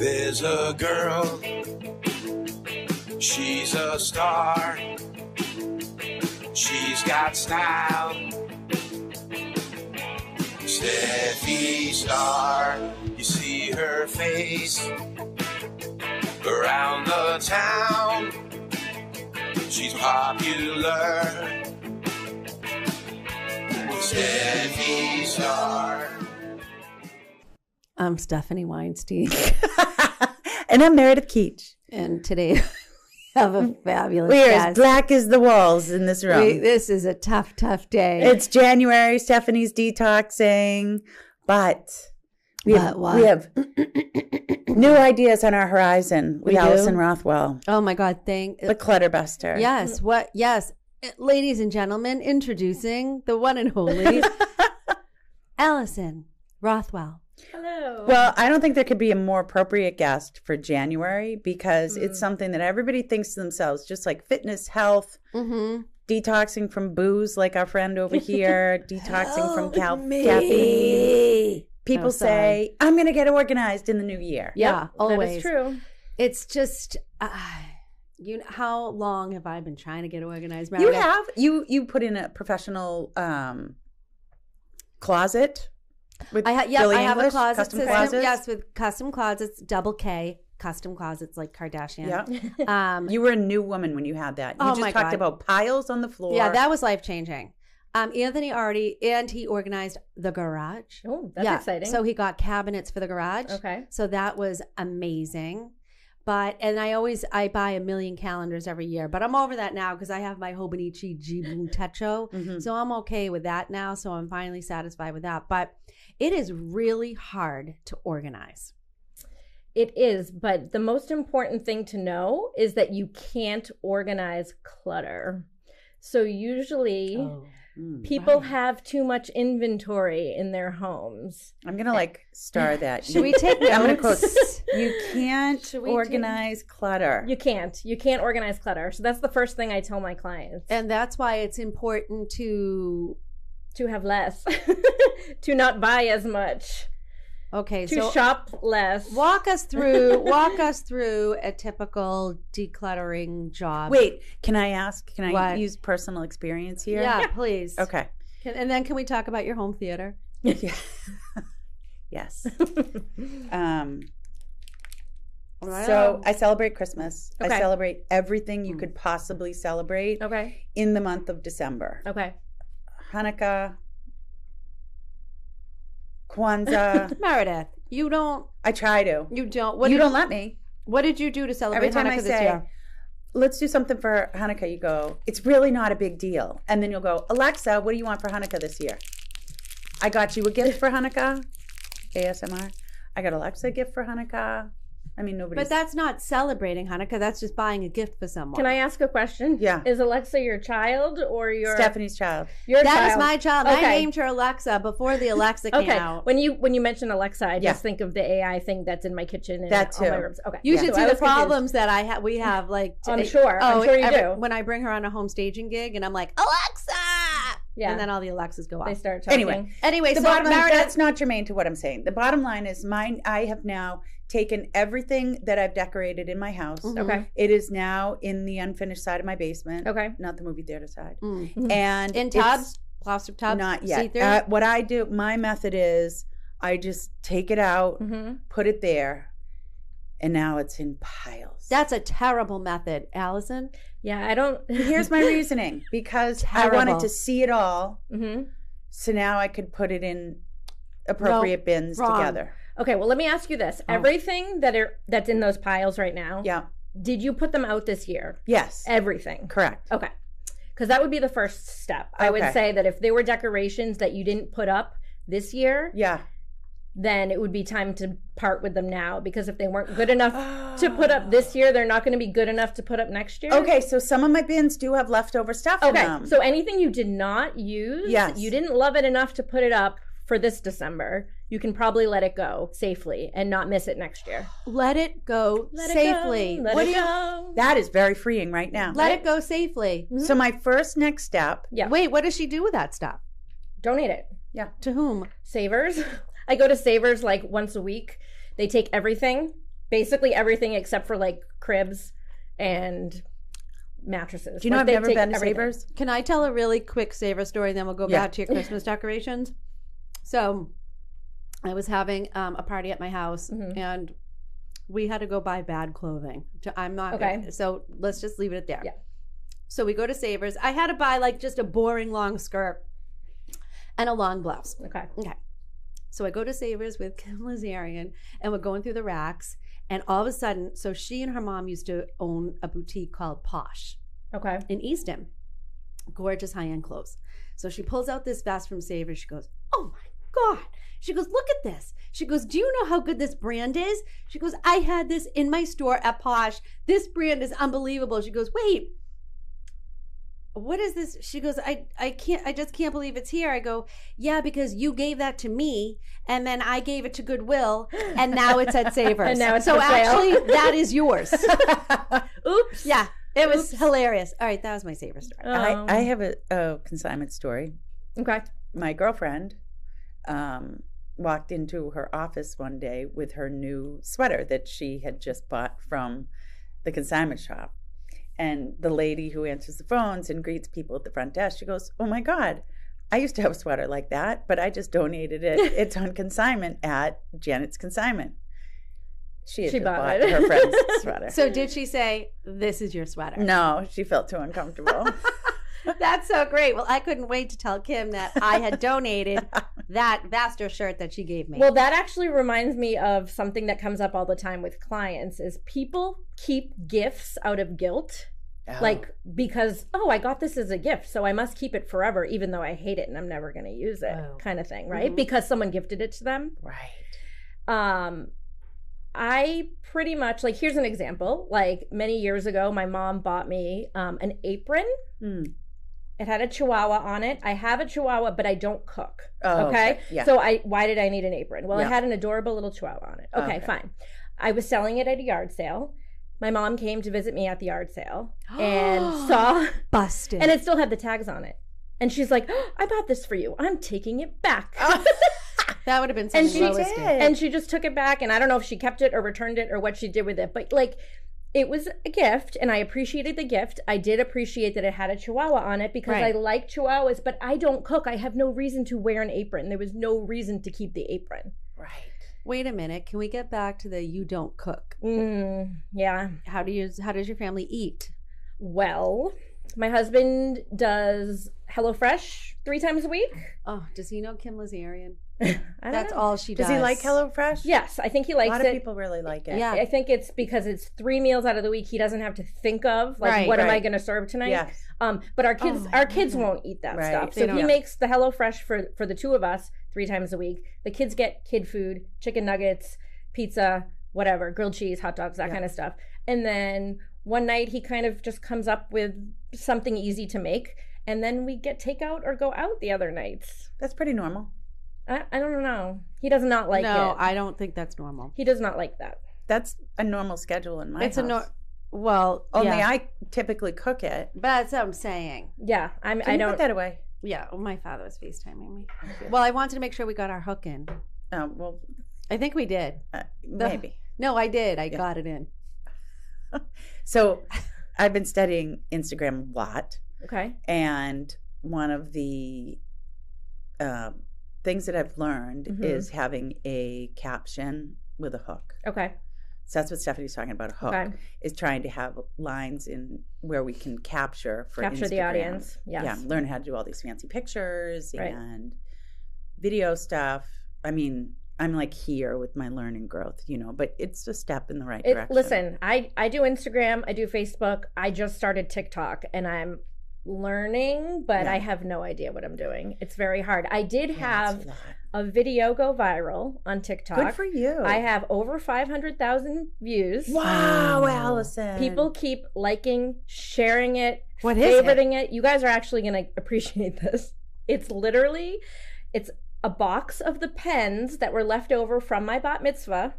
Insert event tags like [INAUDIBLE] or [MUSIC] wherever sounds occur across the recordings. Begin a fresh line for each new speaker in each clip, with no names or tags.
is a girl. She's a star. She's got style. Steffi Star. You see her face around the town. She's popular. Steffi Star.
I'm Stephanie Weinstein,
and I'm Meredith Keach.
and today [LAUGHS] we have a fabulous
We are as
guest.
black as the walls in this room.
We- this is a tough, tough day.
it's January. Stephanie's detoxing, but we have,
But what?
we have new ideas on our horizon with
We do?
Allison Rothwell,
oh my God! Thank
the Clutterbuster.
yes. What yes, Uh, ladies and gentlemen, introducing the one and only
[LAUGHS]
Allison Rothwell.
Well, I don't think there could be a more appropriate guest for January because
Mm.
it's something that everybody thinks to themselves, just like fitness, health,
Mm-hmm.
detoxing from booze, like our friend over here, detoxing from cal-
me.
caffeine. People
Oh, sorry.
say, I'm going to get organized in the new year.
Yeah, always
That is [LAUGHS] true.
It's just. Uh, you know, how long have I been trying to get organized?
You
Meredith?
have you you put in a professional um closet with
I ha- yep,
Billie
I have a
English,
closet
custom
system.
closets.
Yes, with custom closets, double K custom closets like Kardashian.
Yeah.
Um,
You were a new woman when you had that. You
Oh,
just
my
talked
God.
about piles on the floor.
yeah, that was life changing. Um, Anthony already and he organized the garage.
Oh, that's
yeah.
exciting.
So he got cabinets for the garage.
okay.
So that was amazing. But and I always I buy a million calendars every year, but I'm over that now because I have my Hobonichi
[LAUGHS]
Jibun Techo.
Hmm.
Mhm.
So I'm okay with that now. So I'm finally satisfied with that. But it is really hard to organize.
It is, but the most important thing to know is that you can't organize clutter. So usually
Mm.
people
Oh, right.
have too much inventory in their homes.
I'm gonna like
[LAUGHS]
star that.
Should we
[LAUGHS]
take notes?
I'm gonna quote you can't
Should we take-
organize clutter.
You can't. You can't organize clutter. So that's the first thing I tell my clients.
And that's why it's important to
to have less. [LAUGHS] to not buy as much.
okay,
To
so
shop less.
walk us through [LAUGHS] walk us through a typical decluttering job.
Wait, can I ask? Can I
What?
use personal experience here?
Yeah, please.
Okay.
Can, and then can we talk about your home theater?
[LAUGHS]
[LAUGHS]
yes. Um,
Wow. Mm.
So I celebrate Christmas. I
Okay.
celebrate everything you could possibly celebrate
Oh.
Okay.
in the month of December.
Okay.
Hanukkah,
[LAUGHS]
Kwanzaa.
Meredith, you don't
I try to.
you don't what
you
did,
don't let me.
what did you do to celebrate
Every time
Hanukkah
I
this
say,
year?
let's do something for Hanukkah, you go, it's really not a big deal. And then you'll go, Alexa, what do you want for Hanukkah this year? I got you a gift for Hanukkah, [LAUGHS] ASMR. I got Alexa a gift for Hanukkah. I mean, nobody's.
But that's not celebrating Hanukkah, that's just buying a gift for someone.
Can I ask a question?
Yeah.
Is Alexa your child or your
Stephanie's child.
Your
That
child.
is my child. I
Okay.
named her Alexa before the Alexa came
Okay.
out.
When you when you mention Alexa, I
Yeah.
just think of the AI thing that's in my kitchen and
That
all my
too.
rooms. Okay.
You
Yeah.
should
So
see
I
the
was confused.
problems that I have. We have like.
I'm
today-
sure. I'm sure you do.
When I bring her on a home staging gig, and I'm like Alexa,
Yeah.
and then all the Alexas go
They
off.
start talking.
Anyway,
Anyway,
the
so
bottom line,
Meredith,
that's not germane to what I'm saying. The bottom line is mine I have now taken everything that I've decorated in my house.
Mhm.
Okay.
It is now in the unfinished side of my basement.
Okay.
Not the movie theater side.
Mm.
And
in
it's
tubs, plastic tubs,
Not
see-through?
yet. Uh, what I do, my method is I just take it out,
Mm-hmm.
put it there, and now it's in piles.
that's a terrible method, Allison.
Yeah, I don't.
Here's
[LAUGHS]
my reasoning because I
Terrible.
wanted to see it all.
hmm
So now I could put it in appropriate bins
wrong.
together.
Okay. Well, let me ask you this: Everything that are that's in those piles right now.
Yeah.
Did you put them out this year?
Yes.
Everything.
Correct.
Okay. Because that would be the first step. I
Okay.
would say that if there were decorations that you didn't put up this year,
Yeah.
then it would be time to part with them now. Because if they weren't good enough to put up this year, they're not going to be good enough to put up next year.
Okay, so some of my bins do have leftover stuff in
Okay.
them.
So anything you did not use,
Yes.
you didn't love it enough to put it up for this December, you can probably let it go safely and not miss it next year.
Let it go
Let
safely.
It go, let
what
it
do you?
go.
that is very freeing right Mm-hmm. now.
Let it go safely.
so my first next step,
Yeah.
Wait, what does she do with that stuff?
Donate it.
To whom?
[LAUGHS] Savers. I go to Savers like once a week. They take everything basically everything except for like cribs and mattresses.
Do you know
Like,
I've
they
never
take
been to
everything.
Savers?
Can I tell a really quick saver story and then we'll go
Yeah.
back to your Christmas decorations? So I was having um, a party at my house
Mhm.
and we had to go buy bad clothing. To- I'm not
Okay.
gonna- so let's just leave it at there.
Yeah.
So we go to Savers. I had to buy like just a boring long skirt and a long blouse.
Okay.
So I go to Savers with Kim Lazarian and we're going through the racks. And all of a sudden, so she and her mom used to own a boutique called Posh
Okay.
in Easton. Gorgeous high end clothes. So she pulls out this vest from Savers. She goes, Oh my God. She goes, Look at this. She goes, Do you know how good this brand is? She goes, I had this in my store at Posh. This brand is unbelievable. She goes, Wait, what is this? She goes, I, I can't, I just can't believe it's here. I go, Yeah, because you gave that to me and then I gave it to Goodwill and now it's
[LAUGHS]
at Savers.
And now it's
so
for sale.
actually, that is
[LAUGHS]
yours.
Oops.
Yeah, it was
Oops.
hilarious. All right, that was my saver story.
Um,
I, I have a, a consignment story.
Okay.
my girlfriend um, walked into her office one day with her new sweater that she had just bought from the consignment shop. And the lady who answers the phones and greets people at the front desk, she goes, Oh my God, I used to have a sweater like that, but I just donated
[LAUGHS]
it. It's on consignment at Janet's Consignment. She had
She
just
bought
bought
it.
her
[LAUGHS]
friend's sweater.
So did she say, "This is your sweater"?
no, she felt too uncomfortable.
[LAUGHS] That's so great. Well, I couldn't wait to tell Kim that I had
[LAUGHS]
donated that Vaster shirt that she gave me. [GASPS]
Well, that actually reminds me of something that comes up all the time with clients is people keep gifts out of guilt. [LAUGHS]
Oh.
Like because oh, I got this as a gift, so I must keep it forever even though I hate it and I'm never going to use it
Oh.
kind of thing, right?
Mhm.
Because someone gifted it to them.
Oh, right.
um i pretty much like here's an example like many years ago my mom bought me um, an apron
Hmm.
it had a chihuahua on it i have a chihuahua but i don't cook
Oh,
okay,
Yeah.
so i why did i need an apron well
Yeah.
it had an adorable little chihuahua on it okay,
Okay.
fine i was selling it at a yard sale my mom came to visit me at the yard sale and [GASPS] saw
busted.
and it still had the tags on it and she's like "Oh, i bought this for you i'm taking it back [LAUGHS]
that would have been.
and
such
she
a lowest day.
and she just took it back and i don't know if she kept it or returned it or what she did with it but like it was a gift and i appreciated the gift i did appreciate that it had a chihuahua on it because
Right.
i like chihuahuas but i don't cook i have no reason to wear an apron there was no reason to keep the apron
right.
Wait a minute. Can we get back to the you don't cook?
mm, yeah
How do you? How does your family eat?
well my husband does HelloFresh three times a week [LAUGHS]
Oh, does he know Kim Lazarian?
I don't
That's
know.
all she does.
Does he like HelloFresh?
yes i think he
A
likes
lot
it
of people really like it.
Yeah.
I think it's because it's three meals out of the week. He doesn't have to think of like
Right.
what am I
Right.
going to serve tonight.
Yes.
Um, but our kids,
Oh, I
our
love
kids
that.
won't eat that
Right.
stuff.
They
So he
don't.
makes the HelloFresh for for the two of us three times a week. The kids get kid food, chicken nuggets, pizza, whatever, grilled cheese, hot dogs, that
Yeah.
kind of stuff. And then one night he kind of just comes up with something easy to make, and then we get takeout or go out the other nights.
That's pretty normal.
I, I don't know. He does not like
no,
it.
I don't think that's normal.
he does not like that.
That's a normal schedule in my
it's
house.
a no. Well,
Only
yeah.
I typically cook it.
But that's what I'm saying.
Yeah, I'm.
Can
I
you
don't.
put that away?
Yeah, well, my father was FaceTiming me.
Okay.
Well, I wanted to make sure we got our hook in.
Oh, well,
I think we did.
uh, maybe.
No, I did. I
Yeah.
got it in.
So I've been studying Instagram a lot,
okay.
and one of the um, things that I've learned
Mhm.
is having a caption with a hook.
Okay.
So that's what Stephanie's talking about. A hook
Okay.
is trying to have lines in where we can capture for
Capture the
Instagram.
audience. Yes.
yeah, learn how to do all these fancy pictures
Right.
and video stuff. I mean, I'm like here with my learning growth, you know, but it's a step in the right
It,
direction.
listen, I I do Instagram, I do Facebook, I just started TikTok, and I'm learning, but
Yeah.
I have no idea what I'm doing. It's very hard. I did
Yeah, it's
have
a lot.
a video go viral on TikTok.
good for you.
I have over five hundred thousand views.
wow, Allison.
People keep liking, sharing it,
What is it?
favoriting it. You guys are actually going to [LAUGHS] appreciate this. It's literally, it's a box of the pens that were left over from my bat mitzvah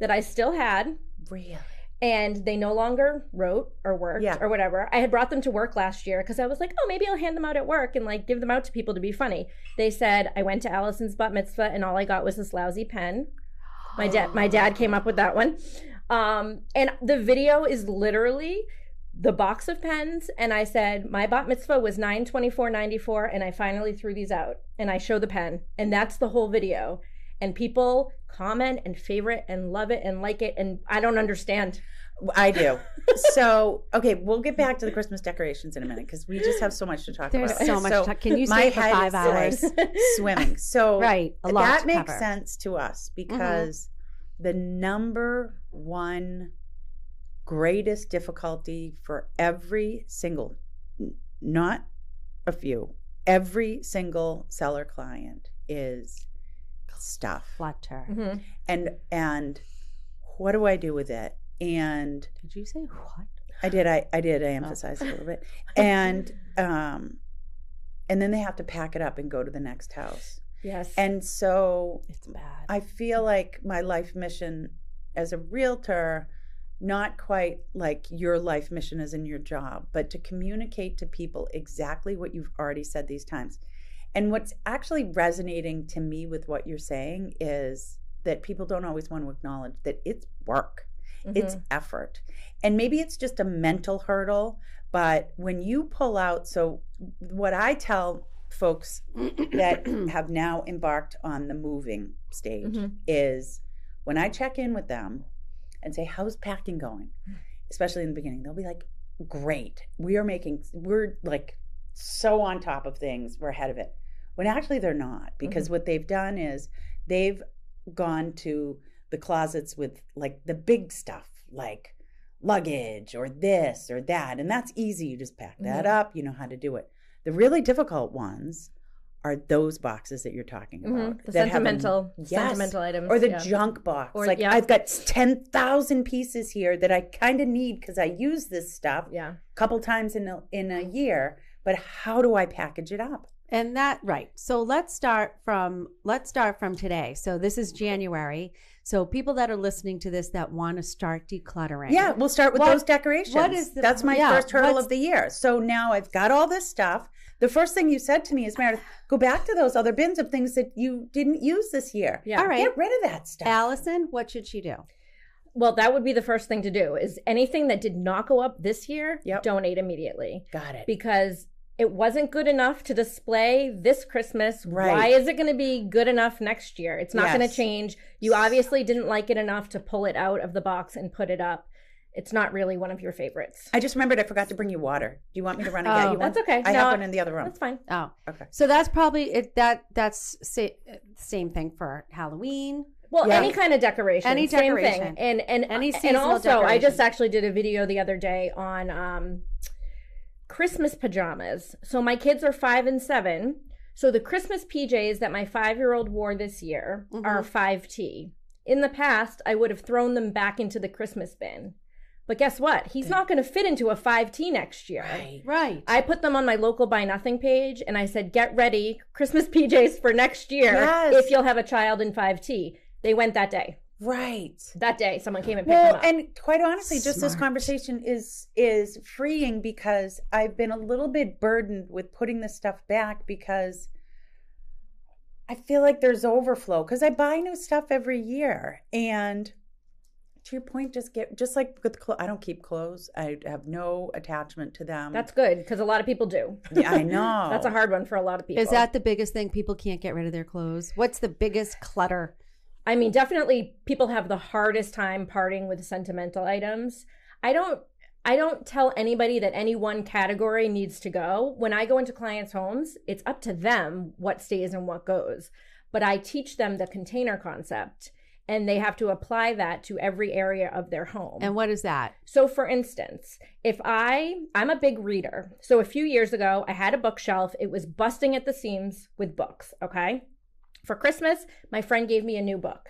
that I still had
really
and they no longer wrote or worked
Yeah.
or whatever. I had brought them to work last year because I was like, oh, maybe I'll hand them out at work and like give them out to people to be funny. They said I went to Allison's bat mitzvah and all I got was this lousy pen. My dad, my dad came up with that one. Um, and the video is literally the box of pens. And I said, my bat mitzvah was 924.94, and I finally threw these out. And I show the pen, and that's the whole video. And people comment and favorite and love it and like it. And I don't understand.
I
[LAUGHS]
do. so, okay, we'll get back to the Christmas decorations in a minute because we just have so much to talk
There's
about.
so much. to talk. Can you
my
stay for
head
five hours?
[LAUGHS]
[LAUGHS]
is swimming. So
Right, a lot
that
to
makes
cover. Mm-hmm.
sense to us because the number one greatest difficulty for every single, n- not a few, every single seller client is stuff
Flutter.
Mm-hmm.
Mhm.
and and what do I do with it? And
Did you say what?
I did. I, I
Oh.
did. I emphasized it a
[LAUGHS]
little bit. And um, and then they have to pack it up and go to the next house.
Yes.
And so
It's bad. [CLEARS THROAT]
I feel like my life mission as a realtor, not quite like your life mission is in your job, but to communicate to people exactly what you've already said these times. And what's actually resonating to me with what you're saying is that people don't always want to acknowledge that it's work it's
Mhm.
effort and maybe it's just a mental hurdle but when you pull out so what i tell folks that have now embarked on the moving stage
Mhm.
is when i check in with them and say how's packing going
Hmm.
especially in the beginning they'll be like great we are making we're like so on top of things we're ahead of it when actually they're not because
Mm-hmm.
what they've done is they've gone to the closets with like the big stuff, like luggage or this or that. And that's easy. You just pack that
Mhm.
up, you know how to do it. The really difficult ones are those boxes that you're talking about.
Mhm. The
that have a-
sentimental,
Yes.
sentimental items.
or the
yeah.
junk box.
Or-
like
yeah.
I've got 10,000 pieces here that I kind of need cuz I use this stuff a
yeah.
couple times in a, in a year, but how do I package it up?
And that right. So let's start from let's start from today. So this is January. So people that are listening to this that want to start decluttering.
Yeah, we'll start with
What-
those decorations.
what is the-
That's my
yeah,
first hurdle
what's-
of the year. So now I've got all this stuff. The first thing you said to me is, Meredith, go back to those other bins of things that you didn't use this year.
Yeah.
All right.
Get rid of that stuff.
Allison, what should she do?
Well, that would be the first thing to do is anything that did not go up this year,
Yep.
donate immediately
got it.
because it wasn't good enough to display this Christmas.
Right.
Why is it going to be good enough next year? It's not going
Yes.
to change. You obviously didn't like it enough to pull it out of the box and put it up. It's not really one of your favorites.
I just remembered I forgot to bring you water. Do you want me to run and get
Oh,
you one?
That's okay.
I
No,
have one in the other room.
That's fine.
Oh.
Okay.
So that's probably it that that's sa- same thing for Halloween.
Well,
Yeah.
any kind of decoration,
Any
same
decoration.
thing, and and
Any
and
seasonal
also, I just
decoration.
actually did a video the other day on um, Christmas pajamas. So my kids are five and seven. So the Christmas PJs that my five-year-old wore this year
Mm-hmm.
are five T. In the past, I would have thrown them back into the Christmas bin, but guess what? He's not going to fit into a five T next year.
Right.
I put them on my local buy nothing page and I said, get ready, Christmas [LAUGHS] PJs for next year
Yes.
if you'll have a child in 5T. They went that day.
Right.
That day, someone came and picked them
Well,
up.
and quite honestly, just this
Smart.
conversation is is freeing because I've been a little bit burdened with putting this stuff back because I feel like there's overflow because I buy new stuff every year and to your point just get just like with clothes I don't keep clothes I have no attachment to them
That's good because a lot of people do.
yeah,
[LAUGHS]
I know
That's a hard one for a lot of people.
Is that the biggest thing people can't get rid of their clothes? What's the biggest clutter?
I mean, definitely people have the hardest time parting with sentimental items. I don't I don't tell anybody that any one category needs to go. When I go into clients' homes, it's up to them what stays and what goes. But I teach them the container concept and they have to apply that to every area of their home.
And what is that?
So for instance, if I I'm a big reader. So a few years ago, I had a bookshelf. It was busting at the seams with books, okay? For Christmas, my friend gave me a new book.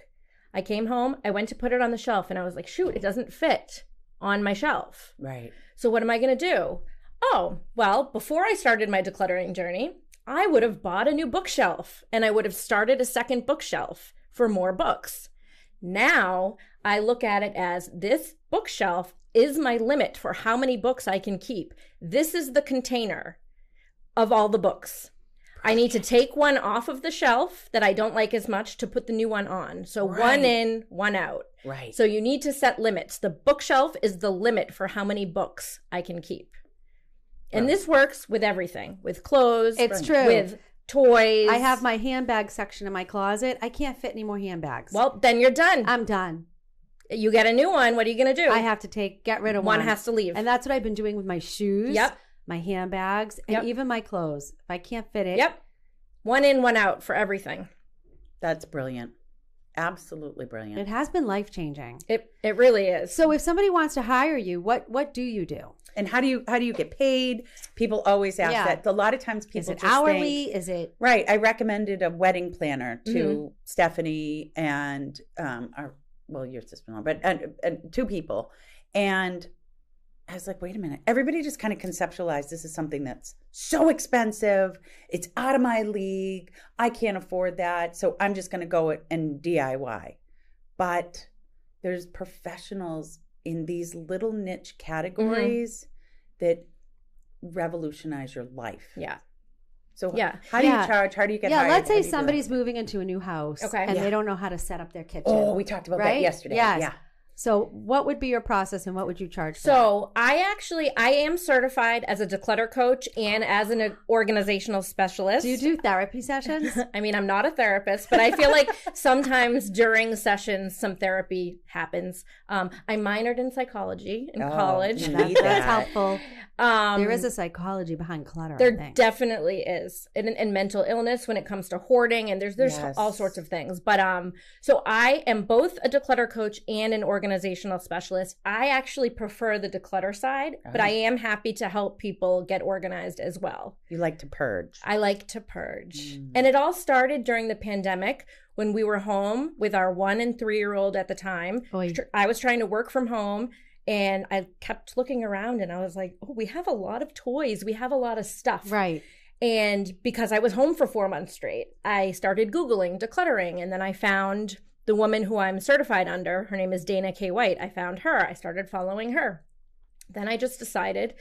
I came home, I went to put it on the shelf and I was like, "Shoot, it doesn't fit on my shelf."
right
So what am I going to do? Oh, well, before I started my decluttering journey, I would have bought a new bookshelf and I would have started a second bookshelf for more books. Now I look at it as this bookshelf is my limit for how many books I can keep. This is the container of all the books. I need to take one off of the shelf that I don't like as much to put the new one on. So one
Right.
in, one out.
Right.
So you need to set limits. The bookshelf is the limit for how many books I can keep. And
Right.
this works with everything, with clothes,
It's true.
with toys.
I have my handbag section in my closet. I can't fit any more handbags.
Well, then you're done.
I'm done.
you get a new one. What are you going to do?
I have to take get rid of
one
one.
has to leave.
and that's what I've been doing with my shoes.
Yep.
My handbags and
Yep.
even my clothes. If I can't fit it,
Yep. One in, one out for everything.
That's brilliant. Absolutely brilliant.
it has been life changing.
It it really is.
So if somebody wants to hire you, what what do you do?
And how do you how do you get paid? People always ask
Yeah.
that. A lot of times people
Is it
just think-
hourly? Is it
right. I recommended a wedding planner to
Mm-hmm.
Stephanie and um our well your sister in law, but and, and two people. And I was like, wait a minute. Everybody just kind of conceptualized this is something that's so expensive. It's out of my league. I can't afford that. So I'm just going to go it and DIY. But there's professionals in these little niche
Mm-hmm.
categories that revolutionize your life.
yeah.
So
Yeah.
how do
Yeah.
you charge? How do you get
yeah
hired?
let's
How
say
do you do
somebody's
it?
moving into a new house
Okay.
and
Yeah.
they don't know how to set up their kitchen
Oh, we talked about
Right?
that yesterday.
Yes.
Yeah.
so what would be your process and what would you charge for that?
So I actually I am certified as a declutter coach and as an organizational specialist.
do you do therapy
[LAUGHS]
sessions
I mean, I'm not a therapist, but I feel like sometimes during sessions, some therapy happens. Um, I minored in psychology in
Oh,
college.
you
That-
need
that's
that.
helpful
Um,
there is a psychology behind clutter I
there
think.
definitely is, and, and mental illness when it comes to hoarding, and there's there's
Yes.
all sorts of things. But um, so I am both a declutter coach and an organizational specialist. I actually prefer the declutter side, but
Oh.
I am happy to help people get organized as well.
You like to purge.
Uh,
I like to purge.
Mm.
And it all started during the pandemic when we were home with our one and three year old at the time.
Oy.
Tr- I was trying to work from home and I kept looking around and I was like, oh, we have a lot of toys. We have a lot of stuff.
right
And because I was home for four months straight, I started Googling decluttering. And then I found the woman who I'm certified under. Her name is Dana K. White. I found her. I started following her. Then I just decided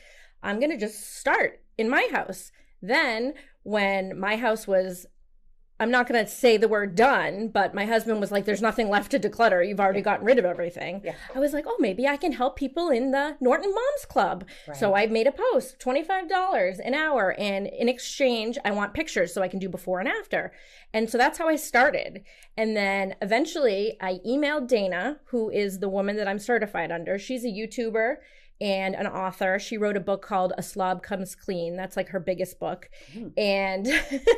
I'm going to just start in my house. Then, when my house was, I'm not going to say the word done, but my husband was like, there's nothing left to declutter. You've already gotten rid of everything.
Yeah.
I was like, oh, maybe I can help people in the Norton Moms Club. So I made a post, $25 an hour. And in exchange, I want pictures so I can do before and after. And so that's how I started. And then eventually I emailed Dana, who is the woman that I'm certified under. She's a YouTuber and an author. She wrote a book called A Slob Comes Clean. That's like her biggest book. And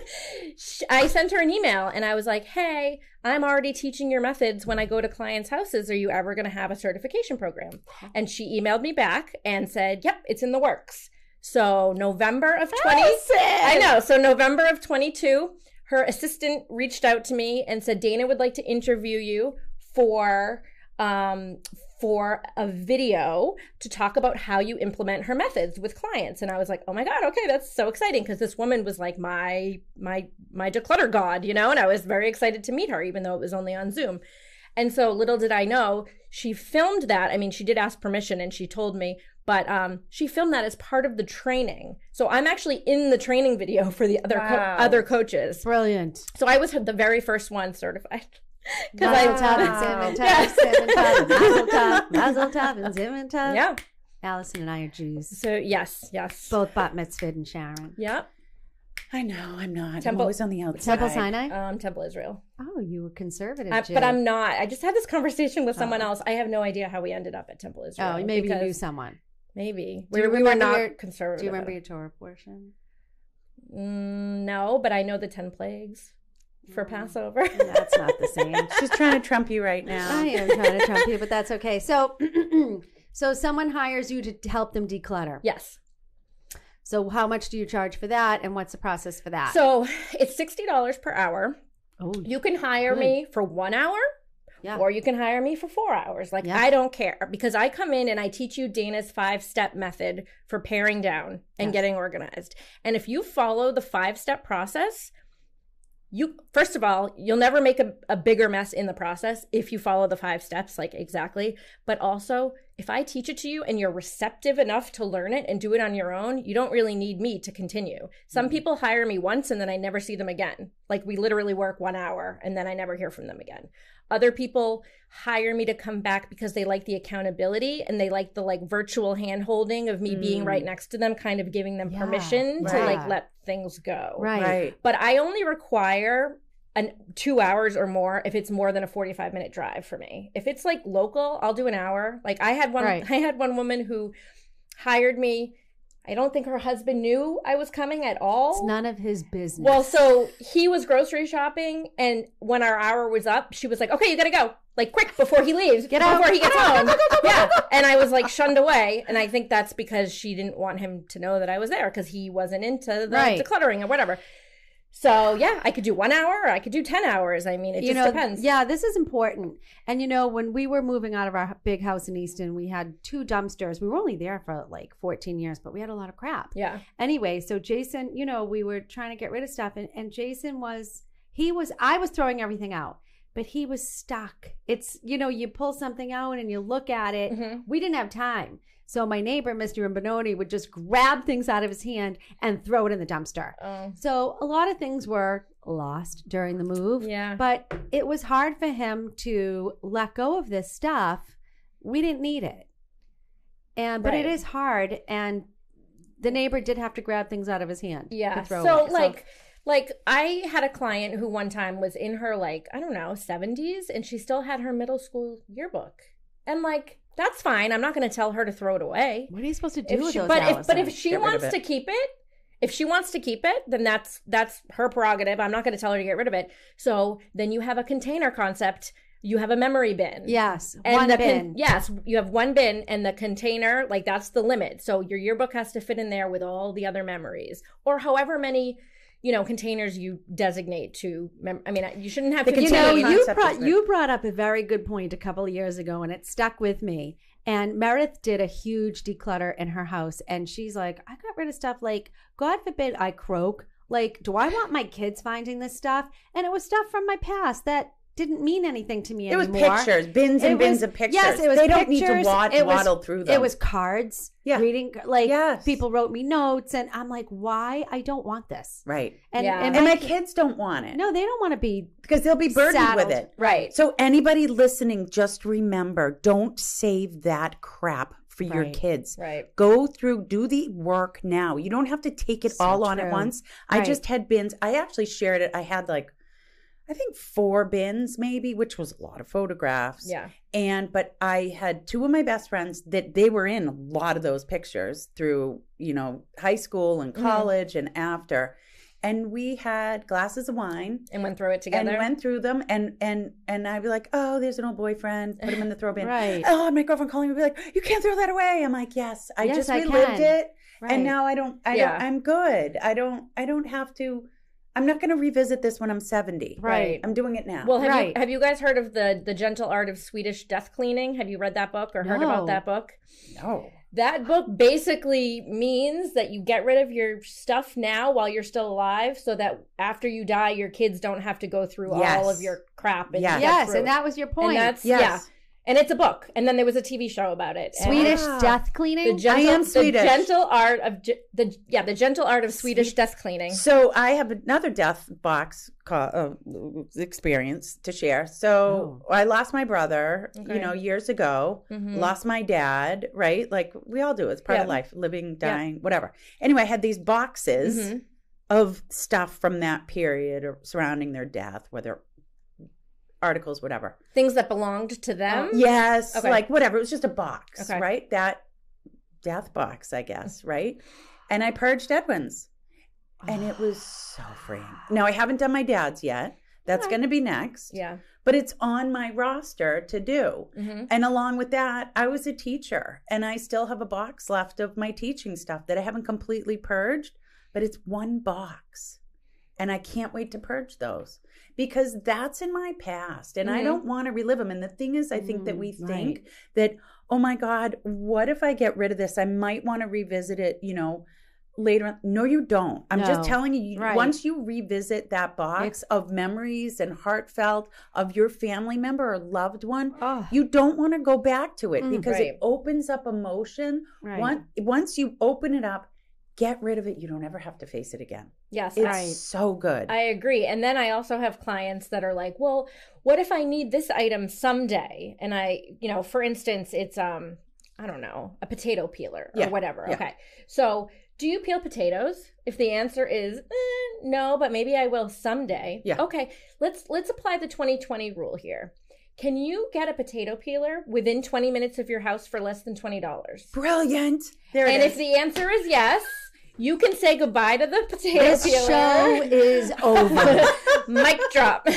[LAUGHS] sh- I sent her an email and I was like, hey, I'm already teaching your methods when I go to clients' houses. Are you ever going to have a certification program? And she emailed me back and said, yep, it's in the works. So November of 20. I know. So November of 22, her assistant reached out to me and said Dana would like to interview you for um for a video to talk about how you implement her methods with clients and I was like, "Oh my god, okay, that's so exciting because this woman was like my my my declutter god, you know, and I was very excited to meet her even though it was only on Zoom. And so little did I know, she filmed that. I mean, she did ask permission and she told me, but um, she filmed that as part of the training. So I'm actually in the training video for the other co-
Wow.
other coaches. [LAUGHS]
brilliant
So I was the very first one certified. [LAUGHS] Because
Mazel
I
tov and zim and tov, zim and tov, mazel tov,
[LAUGHS]
mazel tov and zim and tov.
yeah.
Allison and I are Jews.
So yes, yes.
Both bat mitzvah and Sharon.
Yeah.
I know I'm not. I'm
Temple-
always on the outside.
Temple Sinai?
Um, Temple Israel.
Oh, you were conservative.
I,
Jew.
but I'm not. I just had this conversation with someone
Oh.
else. I have no idea how we ended up at Temple Israel.
Oh, maybe you knew
because-
someone.
Maybe.
Do you
We, we were
remember
not
your-
conservative.
Do you remember
about
your Torah portion?
it. Mm, no, but I know the 10 plagues for
Mm.
Passover. [LAUGHS]
That's not the same.
She's trying to trump you right
I
now.
am trying to trump you, but that's okay. So, [CLEARS THROAT] so someone hires you to help them declutter.
yes.
So, how much do you charge for that, and what's the process for that?
So it's sixty dollars per hour.
oh,
You can hire me for one hour,
Yeah.
or you can hire me for four hours. Like
Yeah.
I don't care because I come in and I teach you Dana's five step method for paring down and
Yes.
getting organized. And if you follow the five step process, you first of all, you'll never make a, a bigger mess in the process if you follow the five steps, like exactly. But also, if I teach it to you and you're receptive enough to learn it and do it on your own, you don't really need me to continue. Some
Mm-hmm.
people hire me once and then I never see them again. Like we literally work one hour and then I never hear from them again. Other people hire me to come back because they like the accountability and they like the like virtual hand holding of me being
Mm.
right next to them, kind of giving them
Yeah,
permission to
right.
like let things go.
Right.
Right.
But I only require an two hours or more if it's more than a 45 minute drive for me. If it's like local, I'll do an hour. Like I had one
Right.
[LAUGHS] I had one woman who hired me. I don't think her husband knew I was coming at all.
It's none of his business.
Well, so he was grocery shopping, and when our hour was up, she was like, "Okay, you gotta go, like quick before he leaves,
Get out,
before he
get
gets
out,
home." yeah, and I was like shunned away, and I think that's because she didn't want him to know that I was there because he wasn't into the
Right.
decluttering or whatever. So yeah, I could do one hour, or I could do ten hours. I mean, it
you
just
know,
depends.
yeah, this is important. And you know, when we were moving out of our big house in Easton, we had two dumpsters. We were only there for like 14 years, but we had a lot of crap.
yeah,
Anyway, so Jason, you know, we were trying to get rid of stuff, and, and Jason was, he was, I was throwing everything out, but he was stuck. It's, you know, you pull something out and you look at it.
Mhm.
We didn't have time. So my neighbor, Mr. Bononi, would just grab things out of his hand and throw it in the dumpster.
Oh.
So a lot of things were lost during the move.
yeah.
But it was hard for him to let go of this stuff. We didn't need it. And but it
Right.
is hard and the neighbor did have to grab things out of his hand. to
Yeah.
throw
so
away.
like like I had a client who one time was in her like, I don't know, 70s and she still had her middle school yearbook. And like that's fine. I'm not going to tell her to throw it away.
what are you supposed to do
If
with
she,
those
but
hours
if but
then?
if she
Get rid of
wants
it.
to keep it, if she wants to keep it, then that's that's her prerogative. I'm not going to tell her to get rid of it. So then you have a container concept. You have a memory bin.
Yes.
And
one
the con-
bin.
yes, you have one bin and the container, like that's the limit. So your yearbook has to fit in there with all the other memories or however many, you know, containers you designate to mem- I mean, I- you shouldn't have
The
to
You
container
know,
contain-
you
concept
brought
is-
you brought up a very good point a couple of years ago, and it stuck with me. And Meredith did a huge declutter in her house, and she's like, "I got rid of stuff. Like, God forbid, I croak. Like, do I want my kids finding this stuff? And it was stuff from my past that didn't mean anything to me
It was
anymore.
pictures, bins and
It
bins
was-
of pictures.
Yes, it was.
They don't need
pictures.
to wad,
It was-
waddle through them.
It was cards.
Yeah.
reading. Like,
Yes.
people wrote me notes, and I'm like, "Why? I don't want this."
right,
And,
Yeah.
and,
and
my-
my kids don't want it
no, they don't want to be
because they'll be burdened
saddled.
with it.
right.
So anybody listening, just remember: don't save that crap for your
Right.
kids.
Right.
Go through, do the work now. You don't have to take it
So
all on
true.
at once. I
Right.
just had bins. I actually shared it. I had like, I think four bins, maybe, which was a lot of photographs.
Yeah.
and but i had two of my best friends that they were in a lot of those pictures through you know high school and
Mm-hmm.
Mhm.
college and after and we had glasses of wine
And went through it together.
and went through them and and and i'd be like oh there's an old boyfriend put him in the throw bin
right.
oh my girlfriend calling me be like you can't throw that away i'm like yes i
Yes,
just
I
relived
can."
it
right.
and now i don't i
Yeah.
don't i'm good i don't i don't have to i'm not going to revisit this when i'm 70
right.
i'm doing it now
well, have
Right.
you have you guys heard of the the gentle art of Swedish death cleaning? Have you read that book or heard
No.
about that book?
no
That book basically means that you get rid of your stuff now while you're still alive so that after you die, your kids don't have to go through
Yes.
all of your crap. And
Yes.
get
Yes,
through.
and that was your point.
And that's,
yes
yeah. And it's a book. And then there was a TV show about it. And
Swedish
Ah.
death
The
cleaning.
gentle,
I am Swedish.
The gentle art of, ge- the yeah, the gentle art of Swedish death cleaning.
So I have another death box co- uh, experience to share. So I lost my brother,
Okay.
you know, years ago.
Mhm.
Lost my dad, right? Like we all do. It's part of
Yeah.
life, living,
Yeah.
dying, whatever. Anyway, I had these boxes
Mhm.
of stuff from that period or surrounding their death, whether articles, whatever.
Things that belonged to them.
Yes,
Mm-hmm. Okay.
like whatever. It was just a box,
Okay. Mm-hmm.
right? That death box, I guess, right? And I purged Edwin's and it
[SIGHS]
was so freeing. Now I haven't done my dad's yet. That's
Okay.
going to be next,
Yeah.
but it's on my roster to do.
hmm
Mm-hmm.
And along with that, I was a teacher and I still have a box left of my teaching stuff that I haven't completely purged, but it's one box. And I can't wait to purge those because that's in my past and I
Mhm.
don't want to relive them. And the thing is, I think that
Mm-hmm. Mm,
we
right.
think that, oh my God, what if I get rid of this? I might want to revisit it, you know, later on. No, you don't. I'm
No.
just telling you, you-
Right.
once you revisit that box of memories and heartfelt of your family member or loved one,
Oh,
you don't want to go back to it
Mm.
because
Right.
it opens up emotion.
right.
Once, once you open it up, get rid of it. You don't ever have to face it again.
Yes,
It's
I-
so good.
I agree. And then I also have clients that are like, well, what if I need this item someday? And I, you know, for instance, it's um, I don't know, a potato peeler or
Yeah,
whatever.
yeah.
Okay. So do you peel potatoes? If the answer is eh, no, but maybe I will someday.
Yeah.
Okay. Let's let's apply the 2020 rule here. Can you get a potato peeler within 20 minutes of your house for less than $20?
Brilliant. There it
And
is.
if the answer is yes, you can say goodbye to the potato
this
peeler.
show is over.
[LAUGHS] Mic
[LAUGHS]
drop.
we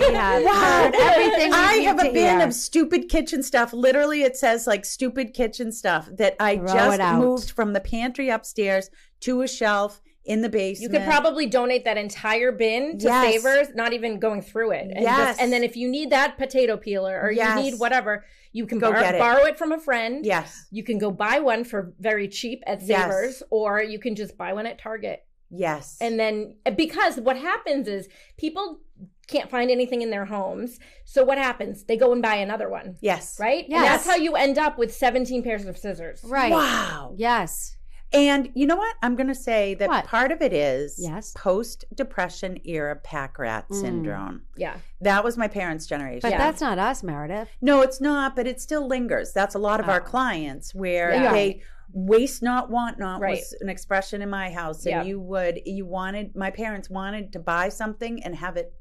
have
Wow.
heard everything. we
I
need
have
to
a bin
hear.
of stupid kitchen stuff. Literally, it says like stupid kitchen stuff that I
Throw it
just
out.
moved from the pantry upstairs to a shelf in the
You
basement.
could probably donate that entire bin to
Yes.
savers, not even going through it. And,
Yes.
and then if you need that potato peeler or
Yes.
you need whatever, you can
Go
bor-
get it.
borrow it from a friend.
Yes.
You can go buy one for very cheap at
Yes.
Savers, or you can just buy one at Target.
Yes.
And then, because what happens is people can't find anything in their homes. So, what happens? They go and buy another one,
yes.
right? And
Yes.
that's how you end up with 17 pairs of scissors.
right.
Wow.
Yes.
And you know what? I'm going to say that
What?
part of it is
Yes.
post depression era pack rat
Mm.
syndrome.
Yeah.
That was my parents' generation.
But
Yeah.
that's not us, Meredith.
No, it's not, but it still lingers. That's a lot of our
Oh.
clients where
Yeah.
they waste not want not
Right.
was an expression in my house and
Yeah.
you would you wanted my parents wanted to buy something and have it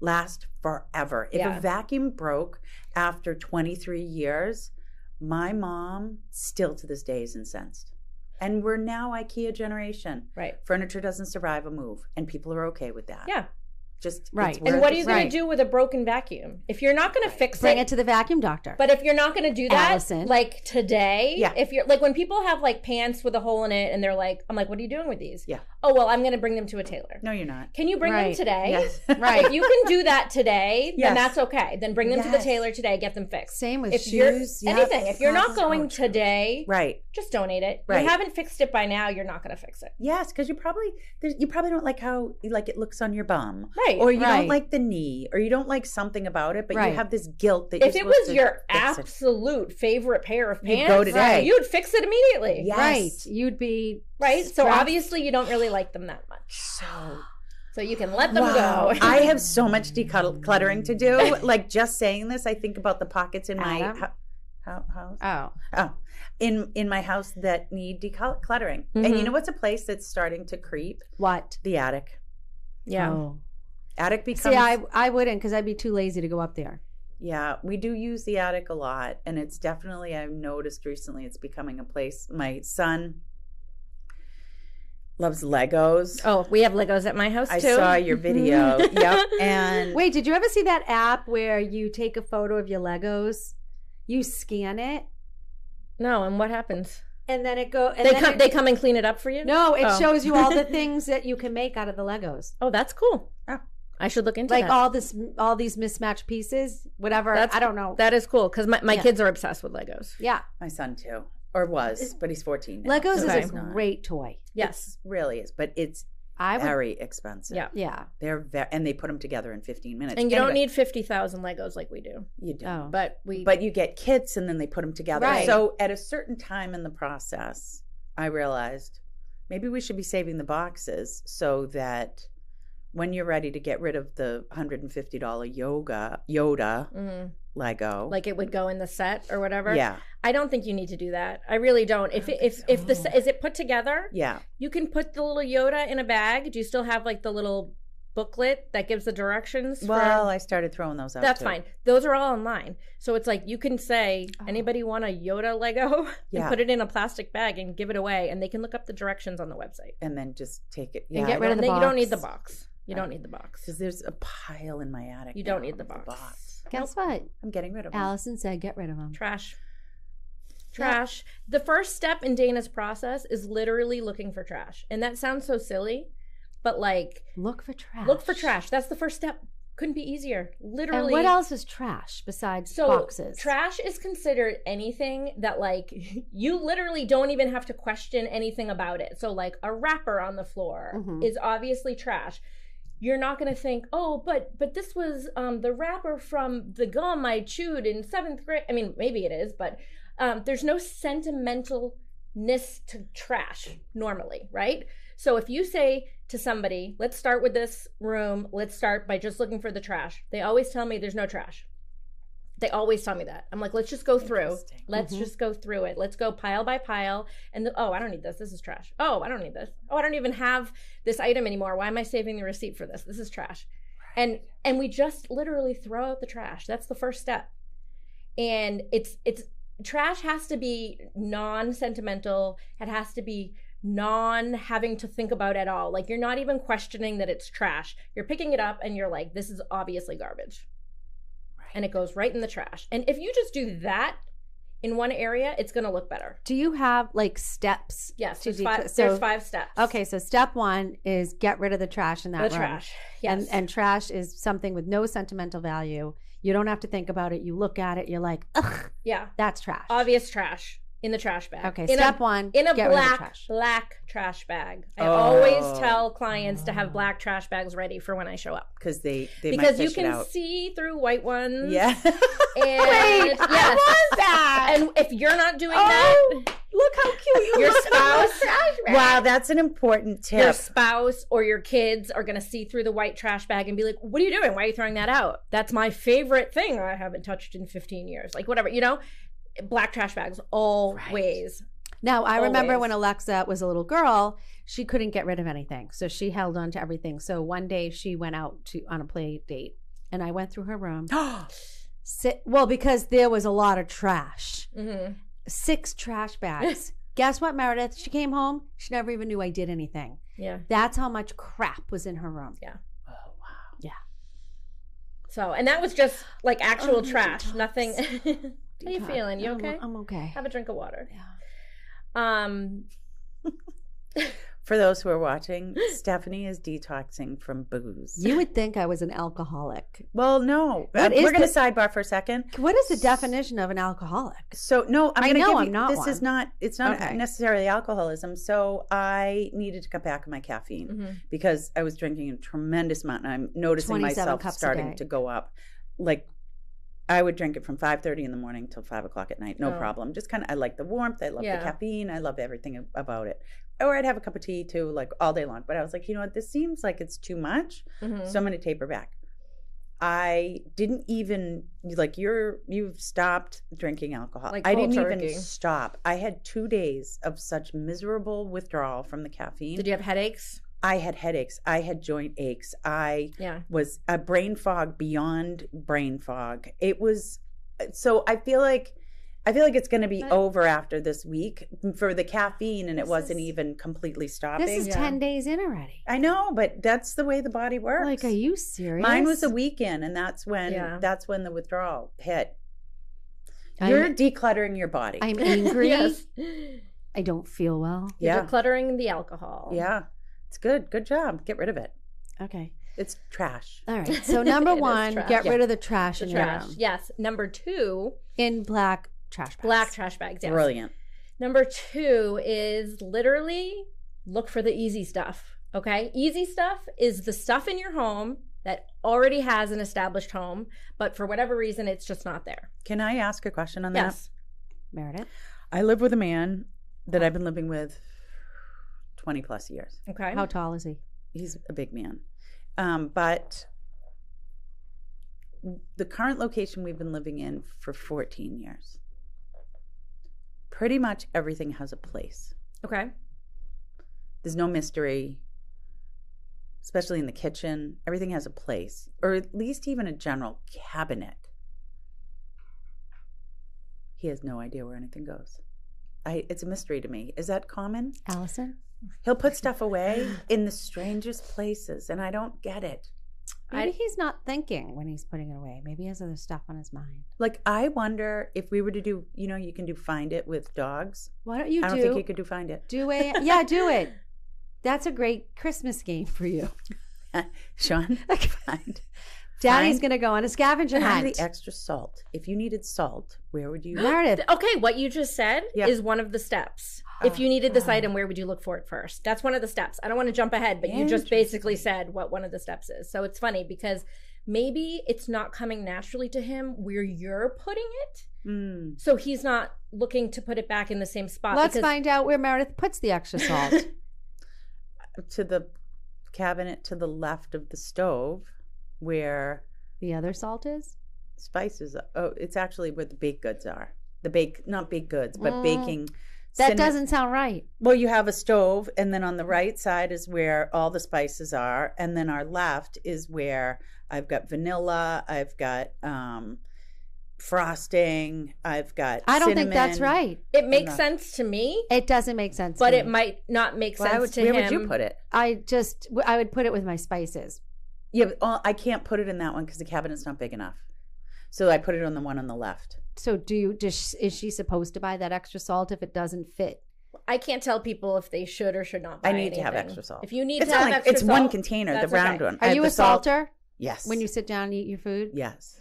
last forever. If
Yeah.
a vacuum broke after 23 years, my mom still to this day is incensed. And we're now IKEA generation.
Right.
Furniture doesn't survive a move and people are okay with that.
Yeah.
Just
Right.
it's
Where
And
worth-
what are you
Right.
going to do with a broken vacuum? If you're not going to fix
Bring
it,
it to the vacuum doctor.
But if you're not going to do that,
Allison.
like today,
Yeah.
if you're like when people have like pants with a hole in it and they're like, I'm like, what are you doing with these?
Yeah.
Oh, well, I'm going to bring them to a tailor.
No, you're not.
Can you bring
Right.
them today?
Yes.
[LAUGHS]
right.
If you can do that today,
Yes.
then that's okay. Then bring them to the
Yes.
tailor today, get them fixed.
Same with
if
shoes.
you're
yep.
anything, if you're not
Closets.
going
Oh,
today,
[LAUGHS] right.
just donate it. If
Right.
you haven't fixed it by now, you're not going to fix it.
Yes, because you probably there's, you probably don't like how like it looks on your bum,
Right.
or you
Right.
don't like the knee, or you don't like something about it, but
Right.
you have this guilt that
if
you're
it was
supposed to
your
fix it.
absolute favorite pair of
You'd
pants,
go today.
you'd fix it immediately.
Yes.
Right. You'd be
Right? So
Scrap.
obviously you don't really like them that much.
so
So you can let them
wow. [LAUGHS]
go. [LAUGHS]
I have so much decluttering to do. Like just saying this, I think about the pockets in my
Adam?
ho- ho- house.
oh
Oh, in in my house that need decluttering, and you
Mm-hmm.
Mhm.
know what's a place that's starting to creep?
what?
The attic.
Oh.
Attic becomes
See, I I wouldn't because I'd be too lazy to go up there.
Yeah, we do use the attic a lot, and it's definitely I've noticed recently it's becoming a place. My son loves Legos.
Oh, we have Legos at my house
I
too.
saw
[LAUGHS]
your
[LAUGHS]
video. yep, and
Mm-hmm. Wait, did you ever see that app where you take a photo of your Legos, you scan it,
No, and what happens?
and then it go? And
they
then
come.
it-
They come and clean it up for you.
No, it
Oh.
shows you all [LAUGHS] the things that you can make out of the Legos.
Oh, that's cool.
Oh.
I should look into
Like
that.
all this, all these mismatched pieces, whatever.
That's-
I don't know.
that is cool because my, my
Yeah.
kids are obsessed with Legos.
yeah,
my son too, or was, but he's fourteen. Now,
Legos
so
Okay.
is a
he's not.
great toy.
Yes.
really is, but it's
I would,
very expensive.
Yeah.
yeah.
they're very, and they put them together in fifteen minutes.
And you don't
Anyway,
need fifty thousand Legos like we do,
you don't.
Oh,
but we.
but you get kits and then they put them together.
Right.
So at a certain time in the process, I realized maybe we should be saving the boxes so that when you're ready to get rid of the $150 yoga Yoda
Mhm.
Lego,
like it would go in the set or whatever.
yeah,
I don't think you need to do that. I really don't. If it, if if the set, is it put together,
yeah,
you can put the little Yoda in a bag. Do you still have like the little booklet that gives the directions? for-
well, I started throwing those out.
That's
too.
fine. Those are all online. So it's like you can say, anybody want a Yoda Lego? [LAUGHS]
Yeah.
and put it in a plastic bag and give it away, and they can look up the directions on the website.
And then just take it.
And
Yeah,
get rid of
And
the
then you don't
box.
need the box. You
Right.
don't need the box.
because there's a pile in my attic.
You don't
now
need the
of
box.
Guess what?
I'm getting rid of them.
Allison said, "Get rid of them."
Trash. Trash. The first step in Dana's process is literally looking for trash. And that sounds so silly, but like,
Look for trash.
look for trash. That's the first step. Couldn't be easier.
And
Literally.
what else is trash besides
So
boxes?
trash is considered anything that like [LAUGHS] you literally don't even have to question anything about it. So like a wrapper on the floor
Mhm.
is obviously trash. You're not going to think, "Oh, but but this was um the wrapper from the gum I chewed in 7th grade." I mean, maybe it is, but um there's no sentimentalness to trash normally, right? So if you say to somebody, let's start with this room, let's start by just looking for the trash. They always tell me there's no trash. They always tell me that. I'm like, let's just go through.
Interesting.
Let's
Mhm.
just go through it. Let's go pile by pile. And the, oh, I don't need this. This is trash. Oh, I don't need this. Oh, I don't even have this item anymore. Why am I saving the receipt for this? This is trash. And and we just literally throw out the trash. That's the first step. And it's it's trash has to be non-sentimental. It has to be non having to think about at all. Like you're not even questioning that it's trash. You're picking it up and you're like, this is obviously garbage. And it goes right in the trash. And if you just do that in one area, it's going to look better.
Do you have like steps?
Yes,
to
there's five,
decl-
there's
so-
five steps.
Okay, so step one is get rid of the trash in that
the
room.
trash. Yes.
And and trash is something with no sentimental value. You don't have to think about it. You look at it, you're like, ugh,
yeah,
that's trash.
obvious trash in the trash bag.
Okay,
in a-
step one,
in a
get rid of the
black
trash.
black trash bag. I
Oh.
always tell clients to have black trash bags ready for when I show up
because they they might
because you
fish it
can
out.
see through white ones. [LAUGHS]
yeah. [LAUGHS]
And
Wait, I
yes.
want that.
And if you're not doing
Oh, [LAUGHS] look how
[LAUGHS]
cute you
that, your
look.
spouse,
wow, that's an important tip.
your spouse or your kids are going to see through the white trash bag and be like, "What are you doing? Why are you throwing that out? That's my favorite thing I haven't touched in 15 years." Like whatever, you know, black trash bags always.
Now, I remember
Always.
when Alexa was a little girl, she couldn't get rid of anything. So she held on to everything. So one day she went out to on a play date and I went through her
[GASPS]
room. Sit, well, because there was a lot of trash.
Mm-hmm.
Six trash
[LAUGHS]
bags. Guess what, Meredith? She came home. She never even knew I did anything.
Yeah.
That's how much crap was in her room.
So, and that was just like actual
Oh,
trash,
detox.
nothing. [LAUGHS] How you
Detox.
feeling? You
I'm-
okay?
I'm okay.
Have a drink of water.
Yeah.
Um,
For those who are watching, [GASPS] Stephanie is detoxing from booze.
[LAUGHS]
You would think I was an alcoholic.
Well, no,
What
Uh,
is
we're going to
the-
sidebar for a second.
What is the definition of an alcoholic?
So no, I'm
I
going to
know
give you.
I'm not
this is
one.
not. It's not
Okay.
necessarily alcoholism. So I needed to cut back on my caffeine
mhm.
because I was drinking a tremendous amount, and I'm noticing
27
myself
cups a
starting
day.
to go up. Like I would drink it from 5:30 in the morning till five o'clock at night, no
Oh.
problem. Just kind of, I like the warmth. I love
Yeah.
the caffeine. I love everything ab- about it. Or I'd have a cup of tea too, like all day long. But I was like, you know what? This seems like it's too much.
Mhm.
So I'm going to taper back. I didn't even like you're you've stopped drinking alcohol.
Like
I
cold
didn't
turkey.
even stop. I had 2 days of such miserable withdrawal from the caffeine.
Did you have headaches?
I had headaches, I had joint aches. I
Yeah.
was a brain fog beyond brain fog. It was so I feel like I feel like it's going to be
But-
over after this week for the caffeine and it
This
wasn't
is-
even completely stopping.
This is
Yeah.
10 days in already.
I know, but that's the way the body works.
Like, are you serious?
Mine was a weekend, and that's when
Yeah.
that's when the withdrawal hit.
I'm-
You're decluttering your body.
I'm
[LAUGHS]
angry.
yes.
I don't feel well.
You're
yeah,
decluttering the alcohol.
yeah, it's good. Good job. Get rid of it.
Okay.
It's trash.
Uh,
All right. So number
It is
one,
trash.
get
Yeah.
rid of the trash
The
in
trash.
your room.
Yes. Number two,
In black trash bags.
black trash bags. Yes.
Brilliant.
Number two is literally look for the easy stuff. Okay. Easy stuff is the stuff in your home that already has an established home, but for whatever reason, it's just not there.
Can I ask a question on
Yes.
Meredith.
that? I live with a man that I've been living with twenty plus years.
Okay.
How tall is he?
He's a big man, um, but the current location we've been living in for fourteen years. Pretty much everything has a place.
okay.
There's no mystery, especially in the kitchen. Everything has a place, or at least even a general cabinet. He has no idea where anything goes. I, it's a mystery to me. Is that common?
Allison?
He'll put stuff away in the strangest places, and I don't get it.
Maybe
I-
he's not thinking when he's putting it away. Maybe he has other stuff on his mind.
Like, I wonder if we were to do, you know, you can do find it with dogs.
Why don't you
I don't
do
think you could do find it.
do a yeah, do it. That's a great Christmas game for you. [LAUGHS]
Sean,
Like,
find,
Daddy's going to go on a scavenger
[LAUGHS] Find
hunt.
the extra salt. If you needed salt, where would
[GASPS]
you?
Meredith,
Okay, what you just said
Yeah.
is one of the steps. If you needed this item, where would you look for it first? That's one of the steps. I don't want to jump ahead, but you just basically said what one of the steps is. So it's funny because maybe it's not coming naturally to him where you're putting it.
Mm.
So he's not looking to put it back in the same spot.
Let's
because-
find out where Meredith puts the extra
[LAUGHS]
salt.
To the cabinet to the left of the stove, where
the other salt is?
spices. Oh, it's actually where the baked goods are. The bake, not baked goods, but baking.
Mm. That
cinnamon-
doesn't sound right.
Well, you have a stove, and then on the right side is where all the spices are, and then our left is where I've got vanilla, I've got um, frosting, I've got.
I don't think that's
cinnamon.
right.
It makes
not-
sense to me,
It doesn't make sense.
but
to
it
me.
might not make
Why
sense
would,
to
where
him.
would you put it?
I just w- I would put it with my spices.
Yeah, but all, I can't put it in that one because the cabinet's not big enough. So I put it on the one on the left.
So do you does sh- is she supposed to buy that extra salt if it doesn't fit?
I can't tell people if they should or should not. Buy
I need to have
anything.
extra salt.
If you need
It's
to
not
have
like
extra
it's one
salt,
container, the
that's
round
okay.
one. I
Are
have
you
the
a
salt-
salter
Yes.
when you sit down and eat your food?
Yes.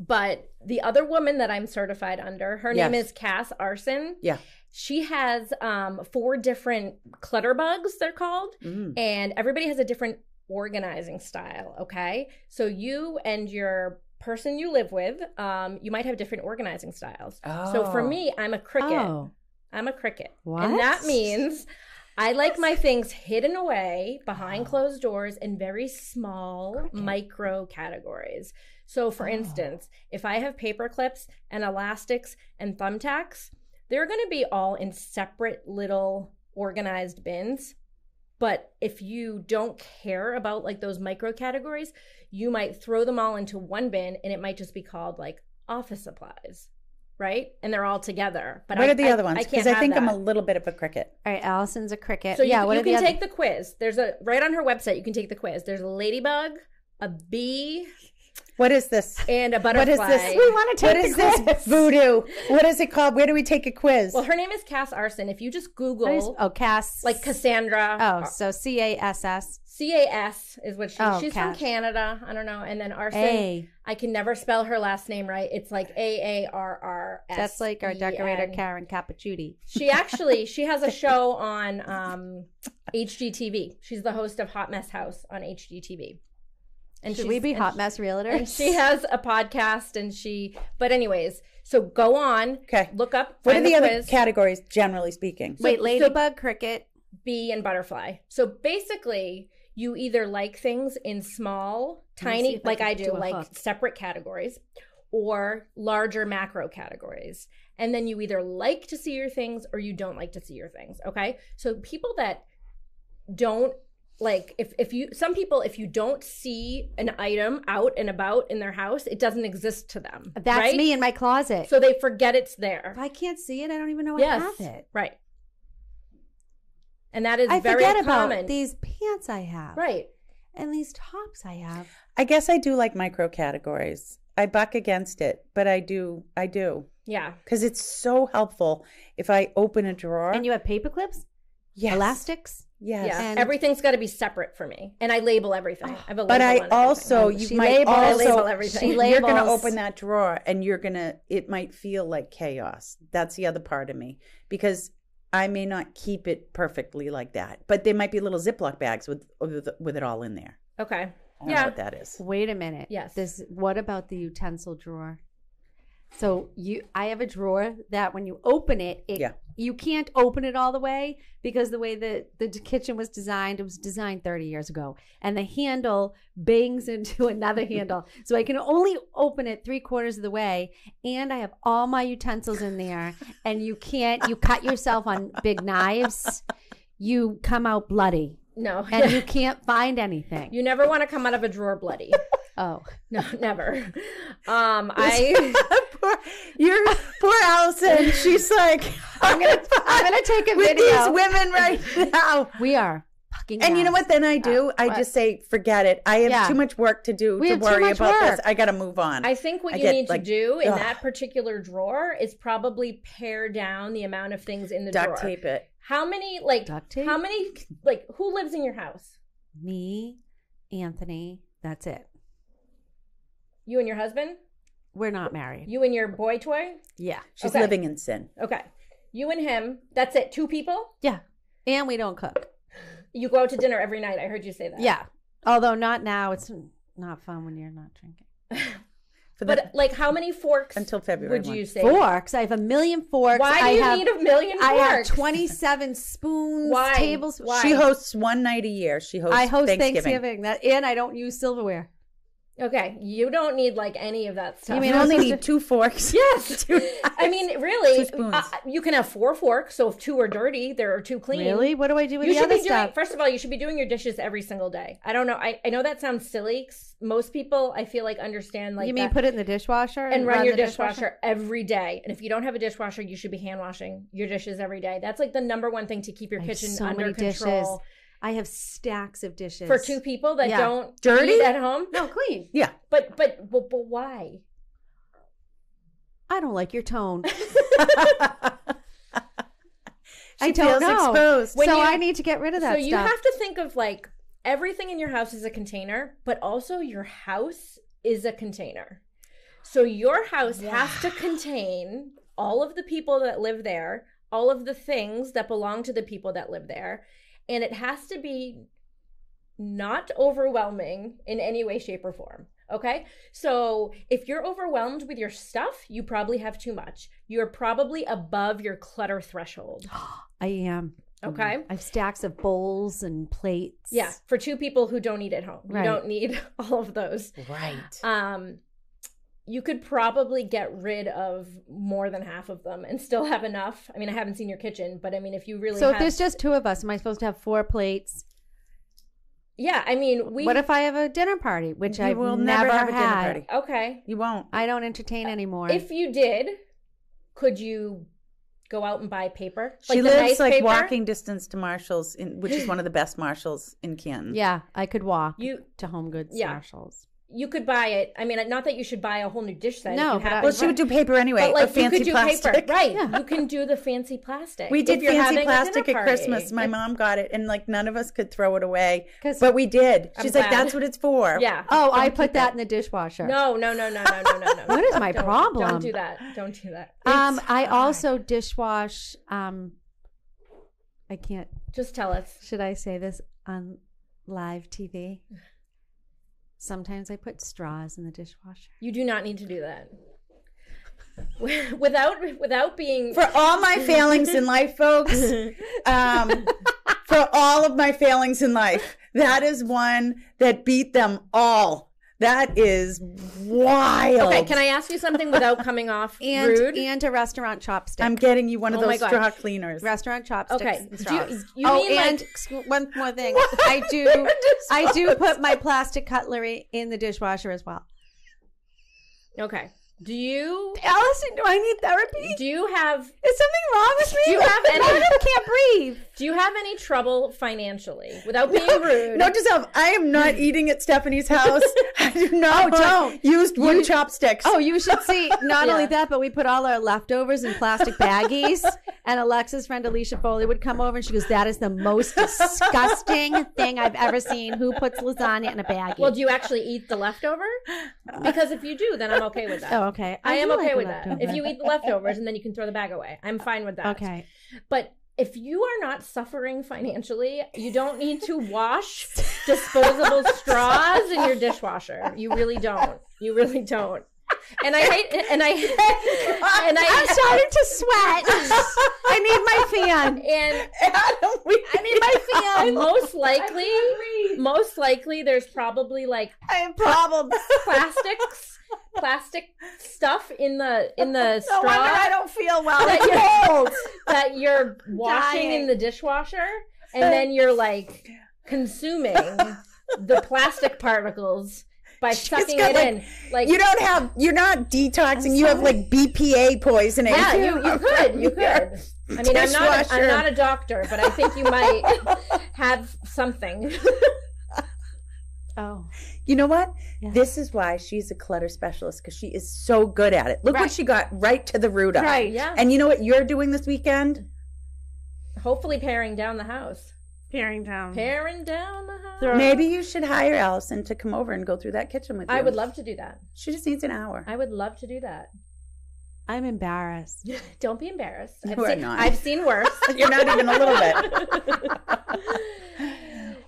But the other woman that I'm certified under, her name
Yes.
is Cass Arson.
Yeah.
She has um, four different clutter bugs, they're called,
Mm.
and everybody has a different organizing style. Okay. So you and your person you live with, um, you might have different organizing styles. So for
Oh.
me, I'm a cricket.
Oh,
I'm a cricket.
What?
And that means I like my things hidden away behind closed doors in very small micro categories. So, for instance, if I have paper clips and elastics and thumbtacks, they're going to be all in separate little organized bins. But if you don't care about like those micro categories, you might throw them all into one bin and it might just be called like office supplies, right? And they're all together. But
what
I,
are the
I-
other ones?
I can't
Because I,
have
think I'm
that.
a little bit of a cricket.
all right. Allison's a cricket.
So you,
yeah,
you
what are the
can
other-
take the quiz. There's a right on her website. You can take the quiz. There's a ladybug, a bee,
What is this?
and a
What
butterfly.
is this? We
want to
What
take
is
the quiz.
this [LAUGHS] voodoo? What is it called? Where do we take a quiz?
Well, her name is Cass Arson. If you just Google
Nice. Oh, Cass.
like Cassandra, uh,
Oh, so C A S S
C A S is what she.
Oh,
she's
Cass.
from Canada. I don't know. And then Arson.
A.
I can never spell her last name right. It's like A A R R S.
That's like our
E
decorator
N.
Karen Capuchuti.
She
[LAUGHS]
actually she has a show on um, HGTV. She's the host of Hot Mess House on HGTV. And
Should we
she's-
be
and
hot mess realtors?
and she has a podcast and she but anyways so go on
Okay.
look up
what are
find
the other
quiz,
categories, generally speaking?
Wait,
so-
ladybug, cricket.
bee and butterfly so basically you either like things in small
me see
tiny
if I
like
can
i
do
do
a
like
hook.
separate categories or larger macro categories and then you either like to see your things or you don't like to see your things okay so people that don't like if if you some people if you don't see an item out and about in their house it doesn't exist to them
That's
right?
me in my closet.
So they forget it's there.
if I can't see it, I don't even know I have it.
Right. And that is
I
very
forget about
common.
these pants I have.
right.
And these tops I have.
I guess I do like micro categories. I buck against it, but I do. I do.
Yeah.
Because it's so helpful if I open a drawer.
And you have paper clips,
yes.
elastics.
Yes.
Yeah.
And-
Everything's got to be separate for me. And I label everything. I have a label
But I
on
also,
everything.
you
She
might
labels-
I
also,
label everything.
she
you're going to
labels.
open that drawer and you're going to, it might feel like chaos. That's the other part of me because I may not keep it perfectly like that, but there might be little Ziploc bags with, with, with it all in there.
Okay.
I don't know
Yeah.
what that is.
Wait a minute.
Yes.
This what about the utensil drawer? So you I have a drawer that when you open it, it
Yeah.
you can't open it all the way because the way the the d- kitchen was designed, it was designed 30 years ago. And the handle bangs [LAUGHS] into another handle. So I can only open it three quarters of the way. And I have all my utensils in there. And you can't you cut yourself on big knives. You come out bloody
No.
and you can't find anything.
[LAUGHS] you never want to come out of a drawer bloody.
oh.
No, never. Um, I
poor, you're, poor Allison. She's like, I'm going to,
I'm gonna take a
[LAUGHS] with
video.
these women right now.
We are fucking.
And you know
nuts.
what? Then I do. I just say, forget it. I have
Yeah.
too much work to do
We
to
have too
worry
much
about this.
work.
I got to move on.
I think what
I
you
get,
need
like,
to do in
ugh.
that particular drawer is probably pare down the amount of things in the drawer.
duct tape it.
How many like
Duct tape?
how many like who lives in your house?
Me, Anthony. That's it.
You and your husband?
We're not married.
You and your boy toy?
Yeah.
She's
Okay.
living in sin.
Okay. You and him. That's it. Two people?
And we don't cook.
You go out to dinner every night. I heard you say that.
Yeah. Although not now. It's not fun when you're not drinking.
For the,
But like how many forks
until February.
would
1.
you say?
Forks. I have a million forks.
Why do
I
you
have,
need a million forks?
I have 27 spoons,
Why?
tables.
Why?
She hosts one night a year. She hosts
I host Thanksgiving.
Thanksgiving.
That and I don't use silverware.
Okay, you don't need like any of that stuff.
You
You
mean- I'm
only
supposed
need two forks. [LAUGHS] Yes.
[LAUGHS] I mean, really,
Two spoons.
uh, you can have four forks. So if two are dirty, there are two clean.
Really? What do I do with
You
the
should
other
be doing.
stuff?
First of all, you should be doing your dishes every single day. I don't know. I, I know that sounds silly. 'cause Most people, I feel like, understand like
you mean
that-
put it in the dishwasher
and run, your
the
dishwasher, every day. And if you don't have a dishwasher, you should be hand washing your dishes every day. That's like the number one thing to keep your
I have
kitchen
so
under
many
control
I have stacks of dishes
for two people that
Yeah.
don't
Dirty?
eat at home.
No, clean.
[LAUGHS] But but but, but why?
I don't like your
[LAUGHS]
tone.
She
I don't
feels
know.
exposed.
so
you-
I need to get rid of that
so you
stuff.
have to think of like everything in your house is a container but also your house is a container so your house has to contain all of the people that live there all of the things that belong to the people that live there and it has to be not overwhelming in any way shape or form okay so if you're overwhelmed with your stuff you probably have too much you're probably above your
[GASPS]
clutter threshold
I am.
okay
I have stacks of bowls and plates.
Yeah, for two people who don't eat at home.
Right.
You don't need [LAUGHS] all of those.
right.
Um you could probably get rid of more than half of them and still have enough. I mean, I haven't seen your kitchen, but I mean, if you really
So if
have,
there's just two of us, am I supposed to have four plates?
yeah, I mean, we
what if I have a dinner party, which
You
I've
will
never,
never, have a dinner
had?
party.
okay,
You won't.
I don't entertain anymore.
Uh, if you did, could you go out and buy paper?
She
the
lives
nice
like
paper?
walking distance to Marshalls, in, which is one of the best Marshalls in Canton.
yeah, I could walk
You
to Home Goods
Yeah.
Marshalls.
you could buy it. I mean, not that you should buy a whole new dish set. if
No,
you
but
have
I-
it,
Well, she would do paper anyway,
But like
or fancy
you could do
plastic.
paper, right? You can do the fancy
[LAUGHS]
plastic.
We did
if you're having
fancy
a
plastic
dinner
at Christmas.
party.
My mom got it, and like none of us could throw it away,
'Cause-
but we did.
I'm
She's like,
glad.
"That's what it's for."
Yeah.
Oh, I put that in the dishwasher.
No, no, no, no, no, no, no, no.
[LAUGHS] What is my
Don't-
problem?
Don't do that. Don't do that.
Um, I also dishwash. Um, I can't.
Just tell us.
Should I say this on live TV? Sometimes I put straws in the dishwasher.
You do not need to do that. [LAUGHS] Without without being
For all
[LAUGHS]
my failings in life, folks, um, for all of my failings in life, that is one that beat them all. That is wild.
Okay, can I ask you something without coming off
[LAUGHS] And
rude?
and a restaurant chopstick.
I'm getting you one of
Oh my
those
gosh.
straw cleaners.
restaurant chopsticks.
Okay,
and
do you-
straws.
you
oh,
mean, like-
and excu- one more thing. [LAUGHS] I do. I do put my plastic cutlery in the dishwasher as well.
okay. Do you
Allison, do I need therapy?
do you have
Is something wrong with me?
Do you have
[LAUGHS]
any-
I can't breathe.
do you have any trouble financially? Without being rude.
Note to self, um, I am
[LAUGHS]
not eating at Stephanie's house. I do
Oh,
not
don't.
used wood chopsticks.
Oh, you should
[LAUGHS]
see. Not
Yeah.
only that, but we put all our leftovers in plastic
[LAUGHS]
baggies. and Alexa's friend Alicia Foley would come over and she goes, That is the most
[LAUGHS]
disgusting thing I've ever seen. Who puts lasagna in a baggie?
Well, do you actually eat the leftover? Because if you do, then I'm okay with
[LAUGHS]
that.
oh, okay.
I, am
do
okay
like a
with that. If
leftover.
you eat the leftovers and then you can throw the bag away, I'm fine with that.
Okay.
But if you are not suffering financially, you don't need to wash disposable straws in your dishwasher. You really don't. You really don't. And I hate and I [LAUGHS] and [LAUGHS]
I'm
I
starting to
[LAUGHS]
[LAUGHS]
sweat. I need my fan.
and
Adam, we,
I mean I feel most likely most likely there's probably like
I have problems.
plastics plastic stuff in the in [LAUGHS] the
[LAUGHS]
straw.
No wonder I don't feel [LAUGHS] well.
That
It's
you're-
cold.
that you're
[LAUGHS]
washing in the dishwasher and then you're like consuming
[LAUGHS]
the plastic particles by sucking
got,
it
like-
in. Like
You don't have. You're not detoxing. You have like BPA poisoning.
yeah, you,
[LAUGHS]
you could, you
Your
could. I mean, I'm not, a,
dishwasher.
I'm not a doctor, but
[LAUGHS]
I think you might have something.
Oh.
You know what?
Yeah.
This is why she's a clutter specialist because she is so good at it. Look what
Right.
she got right to the root of.
Right.
Yeah, Uh-huh.
And you know what you're doing this weekend?
hopefully paring down the house.
Paring
Mm.
down.
Paring down the house.
Throw-
Maybe you should hire Allison to come over and go through that kitchen with you.
I would love to do that.
She just needs an hour.
I would love to do
[LAUGHS]
that.
I'm embarrassed.
Don't be embarrassed. I've
You are
seen,
not.
I've seen worse.
You're not even a little
[LAUGHS]
bit.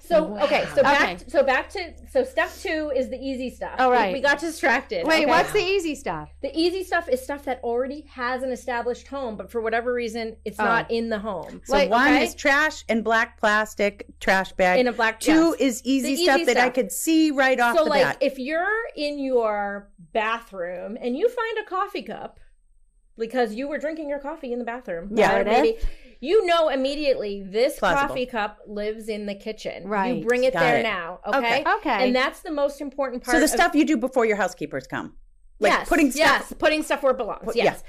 so okay, so back
Okay.
so back to so step two is the easy stuff.
All
We-
right.
we, got distracted.
Wait,
okay?
what's the easy stuff?
the easy stuff? Is stuff that already has an established home, but for whatever reason, it's
Oh.
not in the home.
So
Like,
one
okay.
is trash and black plastic trash bag.
in a black
Two
yes.
is easy
The
stuff
easy
that I
stuff.
could see right off
So
the
like,
bat.
if you're in your bathroom and you find a coffee cup because you were drinking your coffee in the bathroom,
Yeah.
or maybe, you know immediately this
Plausible.
coffee cup lives in the kitchen.
Right.
you bring it
Got
there
it.
now.
Okay.
Okay?
Okay.
and that's the most important part.
So the
of-
stuff you do before your housekeepers come, like
yes,
putting stuff.
yes, putting stuff where it belongs.
Put-
Yes.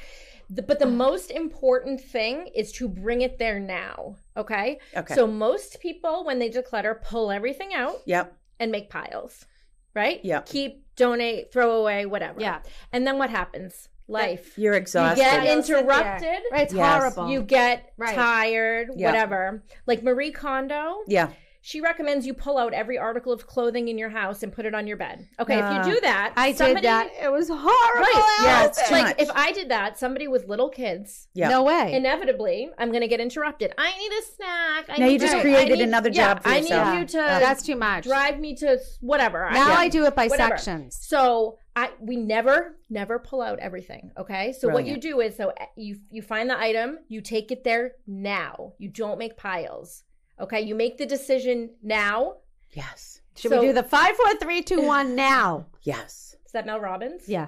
The- but the most important thing is to bring it there now. Okay?
Okay.
So most people, when they declutter, pull everything out
yep.
and make piles, right?
Yep.
Keep, donate, throw away, whatever.
Yeah.
And then what happens? Life.
You're
You
exhausted.
get
It'll sit there.
interrupted.
Right, it's
Yes.
horrible.
You get
Right.
tired,
Yeah.
whatever. Like Marie Kondo,
yeah.
she recommends you pull out every article of clothing in your house and put it on your bed. Okay, if
Yeah.
you do that,
I
somebody-
did that. It was horrible.
Right.
Yeah, it's too
like
much.
if I did that, somebody with little kids,
Yeah.
No way.
inevitably, I'm going to get interrupted. I need a snack. I
Now
need
you just
to- I
created
need-
another
yeah,
job for
I
yourself.
need you to
That's too much.
drive me to s- whatever. I-
Now I do it by
Whatever.
sections.
So I we never never pull out everything. Okay. So
Brilliant.
what you do is so eh, you you find the item, you take it there now. You don't make piles. Okay. You make the decision now.
Yes.
Should
So-
we do the five, four, three, two, one now?
Yes.
Is that Mel Robbins?
Yeah.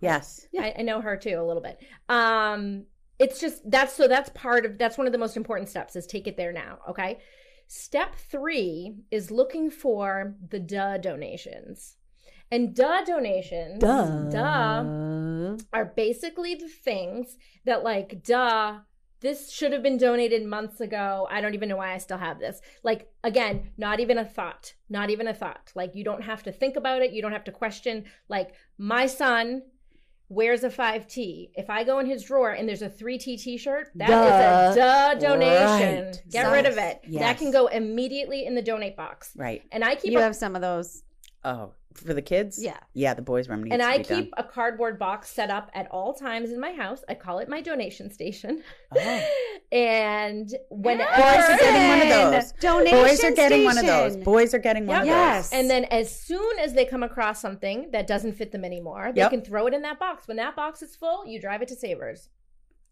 Yes.
I, I know her too a little bit. Um, it's just that's so that's part of that's one of the most important steps is take it there now. Okay. Step three is looking for the duh donations. And duh donations, duh, are basically the things that like duh this should have been donated months ago i don't even know why i still have this like again not even a thought not even a thought like you don't have to think about it you don't have to question like my son wears a 5t if i go in his drawer and there's a 3t t-shirt that is a duh donation
Right.
get rid of it
Yes.
that can go immediately in the donate box
Right.
and i keep
You
a-
have some of those.
Oh, for the kids.
Yeah.
Yeah. The boys' room needs
and
to
I
be
keep a cardboard box set up at all times in my house. I call it my donation station.
done.
And whenever,
Boys are getting one of those.
Donation
Oh. Boys are getting one of those.
station.
Boys are getting one
Yep.
of those.
Yes.
and then as soon as they come across something that doesn't fit them anymore, they
Yep.
can throw it in that box. When that box is full, you drive it to Savers,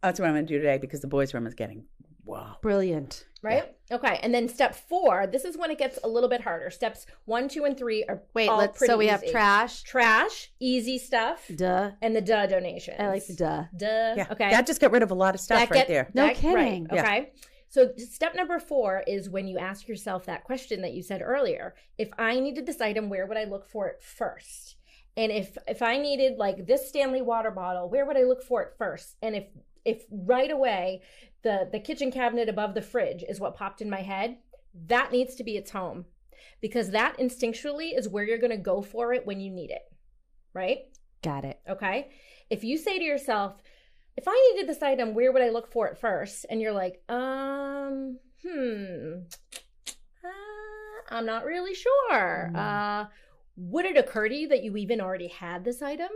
That's what I'm going to do today because the boys' room is getting wow.
Brilliant.
right? Okay. And then step four, this is when it gets a little bit harder. Steps one, two, and three are
Wait,
all
let's.
pretty
So we have
easy.
trash.
trash, easy stuff,
Duh.
and the duh donation.
I like the duh.
duh.
Yeah.
Uh, Okay.
That just got rid of a lot of stuff
That
right
get-
there.
No
that-
kidding.
Right, okay. So step number four is when you ask yourself that question that you said earlier. If I needed this item, where would I look for it first? And if if I needed like this Stanley water bottle, where would I look for it first? And if if right away the the kitchen cabinet above the fridge is what popped in my head, that needs to be its home because that instinctually is where you're going to go for it when you need it. Right?
Got it.
Okay. If you say to yourself, if I needed this item, where would I look for it first? And you're like, um, hmm, uh, I'm not really sure. Uh, would it occur to you that you even already had this item?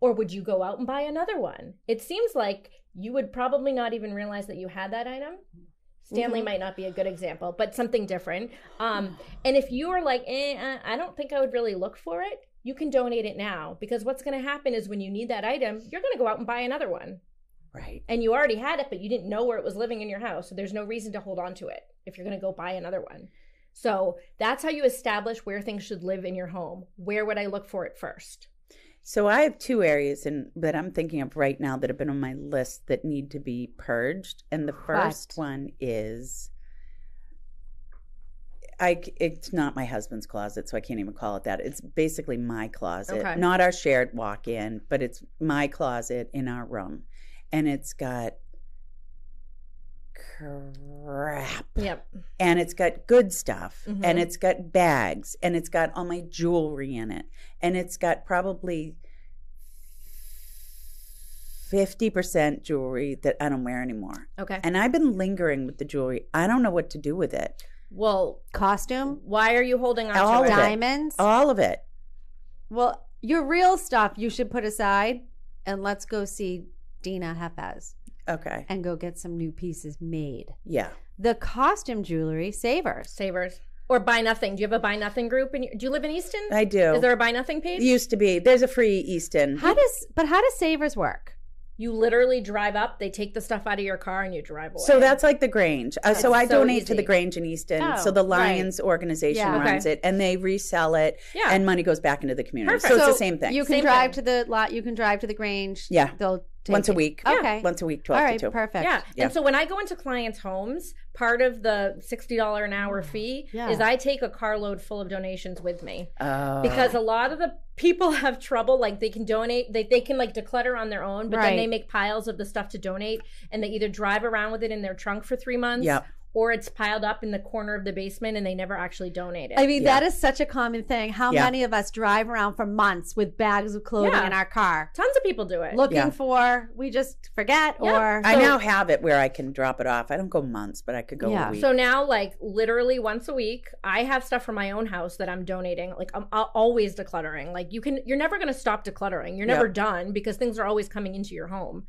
Or would you go out and buy another one? It seems like you would probably not even realize that you had that item. Stanley might not be a good example, but something different. Um, and if you are like, eh, uh, I don't think I would really look for it, you can donate it now because what's going to happen is when you need that item, you're going to go out and buy another one.
Right.
And you already had it, but you didn't know where it was living in your house. So there's no reason to hold on to it if you're going to go buy another one. So that's how you establish where things should live in your home. Where would I look for it first?
So I have two areas in, that I'm thinking of right now that have been on my list that need to be purged, and the first
What?
one is, I c- it's not my husband's closet, so I can't even call it that. It's basically my closet,
Okay.
not our shared walk-in, but it's my closet in our room, and it's got crap
Yep.
and it's got good stuff and
Mhm.
it's got bags and it's got all my jewelry in it and it's got probably 50% jewelry that I don't wear anymore.
Okay.
And I've been lingering with the jewelry. I don't know what to do with it.
Well,
Costume,
why are you holding on
All of
to it?
it. Oh.
diamonds.
All of it.
Well, your real stuff you should put aside and let's go see Dina Hepez
Okay.
and go get some new pieces made.
Yeah.
The costume jewelry savers.
Savers or buy nothing. Do you have a buy nothing group? And do you live in Easton?
I do.
Is there a buy nothing page?
It used to be. There's a free Easton.
How does but how does savers work?
You literally drive up. They take the stuff out of your car and you drive away.
So that's like the Grange. Uh, so I
That's so
donate to
easy.
the Grange in Easton.
Oh,
so the
right.
Lions organization
Yeah.
runs it and they resell it
yeah.
and money goes back into the community.
Perfect.
So it's the
So
same thing.
You can
Same
drive
thing.
to the lot, you can drive to the Grange.
Yeah.
They'll take
once a
it.
week.
Okay.
Once a week, 12
All right,
to 2.
perfect.
yeah.
Yeah.
And so when I go into clients' homes, part of the $60 an hour fee
Yeah.
is I take a carload full of donations with me.
Oh.
because a lot of the people [LAUGHS] have trouble like they can donate they, they can like declutter on their own but
Right.
then they make piles of the stuff to donate and they either drive around with it in their trunk for three months
Yep.
or it's piled up in the corner of the basement and they never actually donate it
I mean,
Yeah.
that is such a common thing. How
Yeah.
many of us drive around for months with bags of clothing
Yeah.
in our car
tons of people do it
looking
Yeah.
for, we just forget
Yeah.
or.
I now have it where I can drop it off. I don't go months, but I could go
Yeah.
a week.
so now like literally once a week i have stuff from my own house that i'm donating like i'm al- always decluttering like you can you're never going to stop decluttering you're never
Yep.
done because things are always coming into your home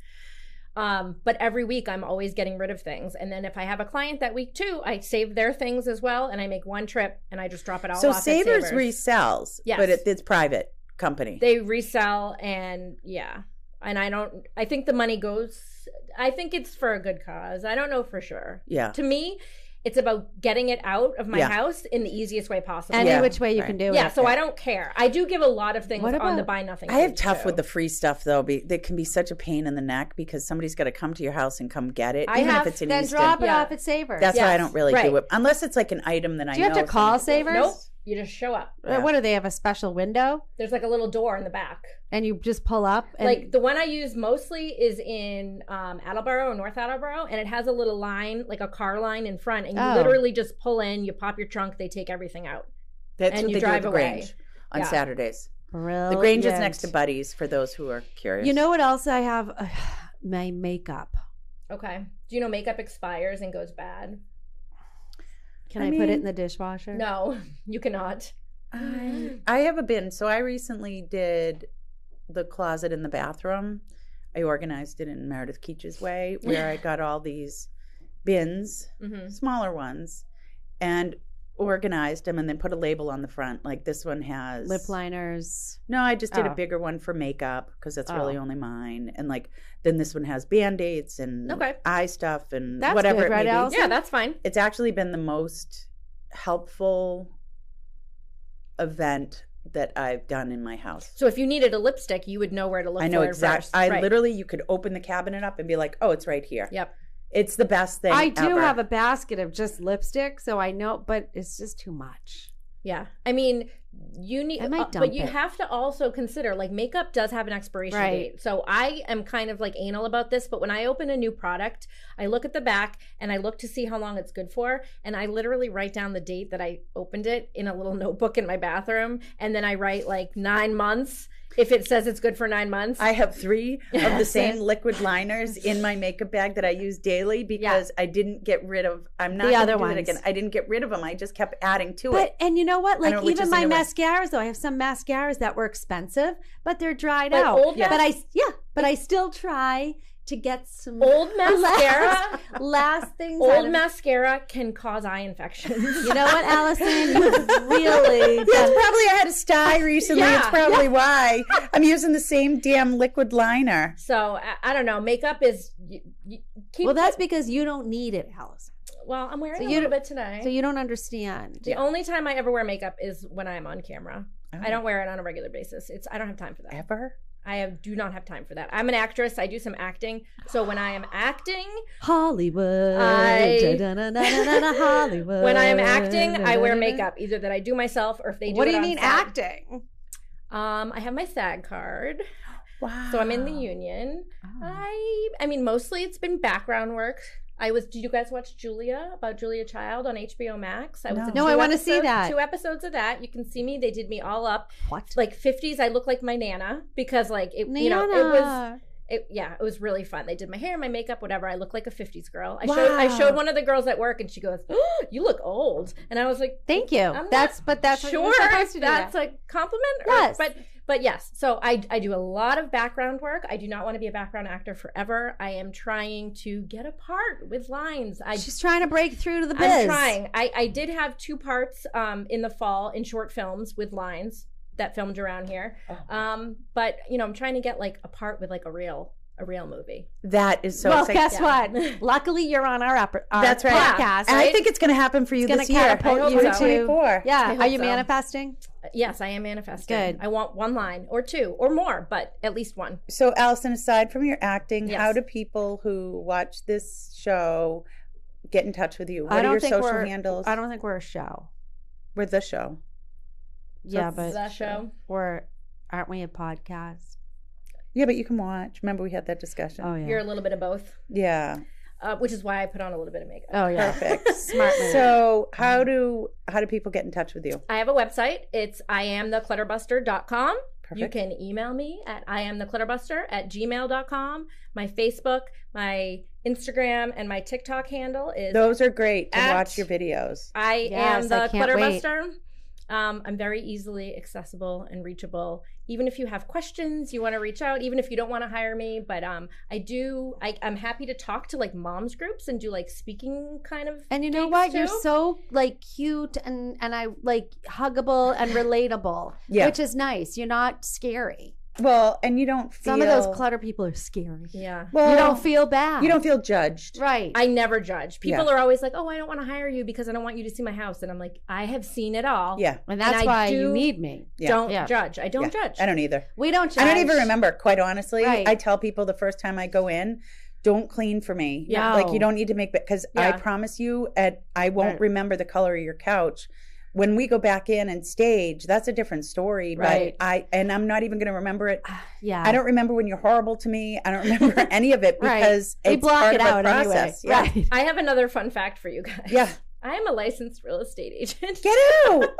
um, but every week i'm always getting rid of things and then if i have a client that week too i save their things as well and i make one trip and i just drop it all
So
off at
Savers,
Savers.
resells,
Yes.
but it, it's private company.
they resell and yeah and i don't i think the money goes i think it's for a good cause i don't know for sure
yeah.
to me it's about getting it out of my
Yeah.
house in the easiest way possible
Any
Yeah.
which way you
Right.
can do it.
yeah so i don't care i do give a lot of things
What
on the
about-
buy nothing
I have
page,
tough
too.
with the free stuff though. Be, that can be such a pain in the neck because somebody's got to come to your house and come get it,
I
even
have-
if it's in
then
Easton.
drop it
Yeah.
off at Savers.
That's why I
Yes,
don't really do
right.
it unless it's like an item that I
Do you have
know
to call
somebody-
Savers?
nope you just show up
Yeah.
What do they have a special window
there's like a little door in the back
and you just pull up and
like the one i use mostly is in um, attleboro north attleboro and it has a little line like a car line in front and you
Oh.
literally just pull in you pop your trunk they take everything out
That's
and
what
you
they do at
drive
the
away.
Grange on
Yeah. Oh,
Saturdays.
brilliant.
The Grange is next to Buddy's for those who are curious.
You know what else I have? [SIGHS] my makeup.
okay do you know makeup expires and goes bad
Can I,
I
put it
mean-
in the dishwasher?
no [LAUGHS] you cannot
I, I have a bin. So I recently did the closet in the bathroom. I organized it in Meredith Keach's way, where
[LAUGHS]
I got all these bins,
mm-hmm.
smaller ones, and organized them and then put a label on the front. Like this one has
Lip liners.
No, I just did
Oh.
a bigger one for makeup because that's
Oh.
really only mine. And like then this one has band aids and
Okay.
eye stuff and
That's
whatever
good,
it
right,
may be.
Allison?
yeah that's fine
It's actually been the most helpful event that I've done in my house.
So if you needed a lipstick, you would know where to look.
I know
for it
exactly.
first.
I
Right.
literally, you could open the cabinet up and be like, "Oh, it's right here."
Yep.
It's the best thing.
I do
ever.
have a basket of just lipstick, so I know, but it's just too much.
Yeah. I mean, you need.
I might
uh,
dump
but you
it.
have to also consider like makeup does have an expiration
Right.
date. So I am kind of like anal about this, but when I open a new product, I look at the back and I look to see how long it's good for, and I literally write down the date that I opened it in a little [LAUGHS] notebook in my bathroom, and then I write like nine months if it says it's good for nine
[LAUGHS]
months.
I have three of the
That's
same liquid liners in my makeup bag that I use daily because I didn't get rid of. I'm not
The
gonna
other
do
ones.
it again. I didn't get rid of them. I just kept adding to
But
it.
and you know what? Like
know which
even
is
my
the new one.
mascaras, though, I have some mascaras that were expensive, but they're dried
But
out.
old
yeah.
mas-
But I yeah, but I still try to get some
[LAUGHS]
old mascara.
last things. out
Old
of-
mascara can cause
[LAUGHS]
eye infections.
You know what,
[LAUGHS]
Allison? You really done-
Probably I had a sty recently.
Yeah,
it's probably why I'm using the same damn liquid liner.
So I, I don't know. Makeup is you, you keep.
Well, that's because you don't need it, Allison.
well. I'm wearing
so
a
you
little
don't-
bit today.
So you don't understand.
the only time I ever wear makeup is when I'm on camera. I don't wear it on a regular basis. It's I don't have time for that.
ever.
I have, do not have time for that. I'm an actress. I do some acting. So when I am acting,
[LAUGHS] Hollywood.
I-
Da-da-da-da-da-da, Hollywood.
[LAUGHS] when I am acting, I wear
Da-da-da-da.
makeup either that I do myself or if they do.
What do
it
you
on
mean
set.
acting?
Um, I have my SAG card,
Wow.
so I'm in the
Ah.
union. I I mean, mostly it's been background work. I was. Did you guys watch Julia about Julia Child on HBO Max? I was in
No.
No, I
two
wanna see
episodes-
that.
Two episodes of that. You can see me. They did me all up.
What?
Like fifties, I look like my nana because like it,
Nana.
you know, it was It, yeah, it was really fun. They did my hair, my makeup, whatever. I look like a '50s girl. I showed I showed
Wow.
one of the girls at work, and she goes, oh, "You look old," and I was like,
Thank you.
I'm not
that's but that's what you were
sure
supposed to do.
that's a compliment or-
Yes.
but but yes so I, I do a lot of background work i do not want to be a background actor forever i am trying to get a part with lines i
She's trying to break through to the biz.
i'm trying I, I did have two parts um, in the fall in short films with lines that filmed around here um, but you know i'm trying to get like a part with like a real a real movie
That is so
well,
exciting.
guess
Yeah.
what? Luckily, you're on our, upper, our
That's right.
podcast.
And I
right?
think it's going to happen for you
It's gonna
this year.
catapult you to-
2024.
yeah.
hope
Are you
so.
manifesting?
Uh, yes i am manifesting
Good.
i want one line or two or more but at least one
So, Allison, aside from your acting,
Yes.
how do people who watch this show get in touch with you? What
I don't
are your
think
social
we're-
handles?
I don't think we're a show.
We're the show.
yeah, but
That's the show
we're aren't we a podcast?
Yeah, but you can watch. Remember, we had that discussion.
Oh yeah.
you're a little bit of both
yeah,
uh, which is why i put on a little bit of makeup
oh yeah.
perfect.
[LAUGHS] Smart move.
[LAUGHS] So, how do how do people get in touch with you?
I have a website. It's iamtheclutterbuster.com.
Perfect.
You can email me at iamtheclutterbuster at gmail.com. My Facebook, my Instagram, and my TikTok handle is
Those are great to
At-
watch your videos.
I
Yes,
am the
I can't wait.
Clutterbuster. Um, I'm very easily accessible and reachable. Even if you have questions, you want to reach out. Even if you don't want to hire me, but um, I do. I, I'm happy to talk to like moms groups and do like speaking kind of.
And you know
gigs,
what? You're
too.
so like cute and and I like huggable and relatable,
Yeah.
which is nice. You're not scary.
Well, and you don't feel
Some of those clutter people are scary.
yeah.
Well,
You don't feel bad.
you don't feel judged.
right.
I never judge. People
Yeah.
are always like, "Oh, I don't want to hire you because I don't want you to see my house." And I'm like, "I have seen it all.
Yeah,
and that's
I
why
do-
you need me.
Yeah.
Don't
Yeah.
judge. I don't judge.
I don't either.
We don't. Judge.
I don't even remember, quite honestly.
Right.
I tell people the first time I go in, don't clean for me.
Yeah.
Like you don't need to make because I
Yeah.
promise you at I won't
Right.
remember the color of your couch. When we go back in and stage, that's a different story.
Right.
But I and I'm not even gonna remember it.
[SIGHS] Yeah.
I don't remember when you're horrible to me. I don't
[LAUGHS]
remember any of it
Right.
because
We
it's
block
part
it
of our
out
process.
anyway. Right.
[LAUGHS]
I have another fun fact for you guys.
Yeah. Yeah.
[LAUGHS] I am a licensed real estate agent.
Get out.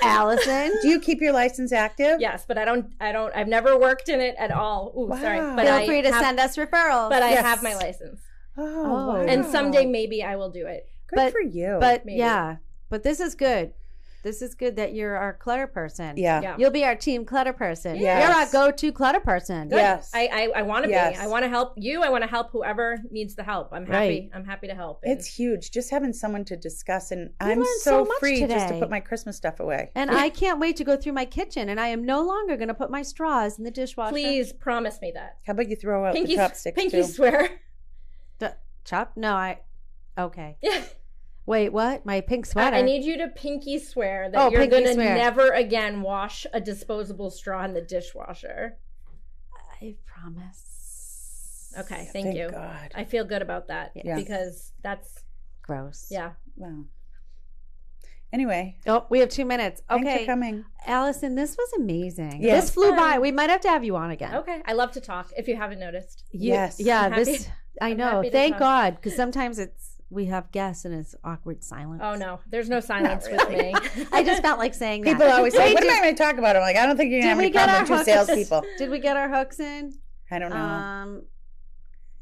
Allison. [LAUGHS]
Do you keep your license active?
[LAUGHS] yes, but I don't. I don't. I've never worked in it at all. Ooh, sorry.
Wow.
But
Feel
I
free to
have,
send us referrals.
But I
Yes.
have my license,
Oh,
Oh.
and
wow.
someday maybe I will do it.
good
but-
for you.
but
Maybe.
yeah, but this is good. This is good that you're our clutter person.
yeah.
Yeah.
You'll be our team clutter person.
Yes.
You're our go-to clutter person.
Good. Yes.
I I, I want to
Yes.
be. I want to help you. I want to help whoever needs the help. I'm happy.
Right.
I'm happy to help. And
It's huge. Just having someone to discuss, and
We
I'm
learned so
so,
much
free just to
today.
put my Christmas stuff away.
And I can't wait to go through my kitchen and I am no longer going to put my straws in the dishwasher.
please promise me that.
How about you throw out
Pinky,
Oh, the chopsticks
pinky
too?
swear. [LAUGHS]
Chop? No, I Okay.
Yeah.
Wait, what? My pink
I-
sweater.
I need you to pinky swear that
Oh,
you're
pinky
going to
swear.
never again wash a disposable straw in the dishwasher.
I promise.
Okay, thank, you.
God.
I feel good about that
Yeah.
because that's
Gross.
yeah.
Wow. Anyway,
Oh, we have two minutes.
thanks for
Okay.
coming.
Allison, this was amazing.
Yes.
This flew by.
Fun.
We might have to have you on again.
Okay, I love to talk. If you haven't noticed,
You-
Yes.
Yeah.
I'm happy-
This. I
I'm
know.
happy to
Thank
talk.
God, because sometimes it's we have guests and it's awkward silence.
oh no, there's no silence with me.
[LAUGHS] I just felt like saying
People
that.
always say,
Wait,
"What
did,
am I going to talk about?" I'm like, "I don't think you're
Did
going to
we
have
get
any
our
problem with two
hooks?
salespeople."
did we get our hooks in?
I don't know.
Um,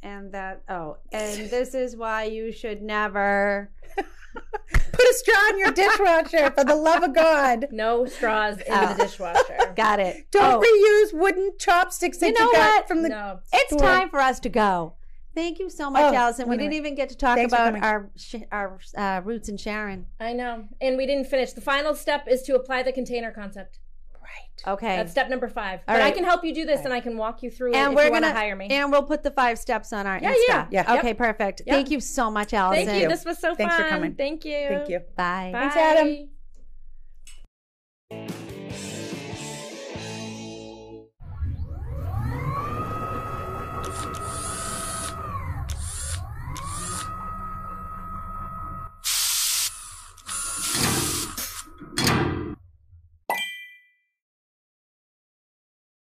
and that. Oh, and this is why you should never.
Put a straw in your dishwasher for the love
[LAUGHS]
of God.
no straws in
Oh.
the dishwasher.
[LAUGHS] Got it.
Don't
Oh,
reuse wooden chopsticks that
You
you,
know
got
what?
from the.
no,
it's
store.
time for us to go. Thank you so much,
Oh,
Allison. We
wait a
didn't even get to talk
Thanks for
about
coming.
our sh- our uh, roots and Sharon.
I know, and we didn't finish. The final step is to apply the container concept.
Right.
Okay.
That's step number five.
All
but I
right.
can help you do this, and I can walk you through it.
and
if
we're
you want
gonna
to hire me.
And we'll put the five steps on our
Yeah,
Insta.
yeah. Yeah.
Okay, perfect.
Yep.
Thank you so much, Allison.
Thank you. This was so
Thanks
fun.
for coming.
Thank you.
Thank you.
Bye.
Bye.
Thanks, Adam.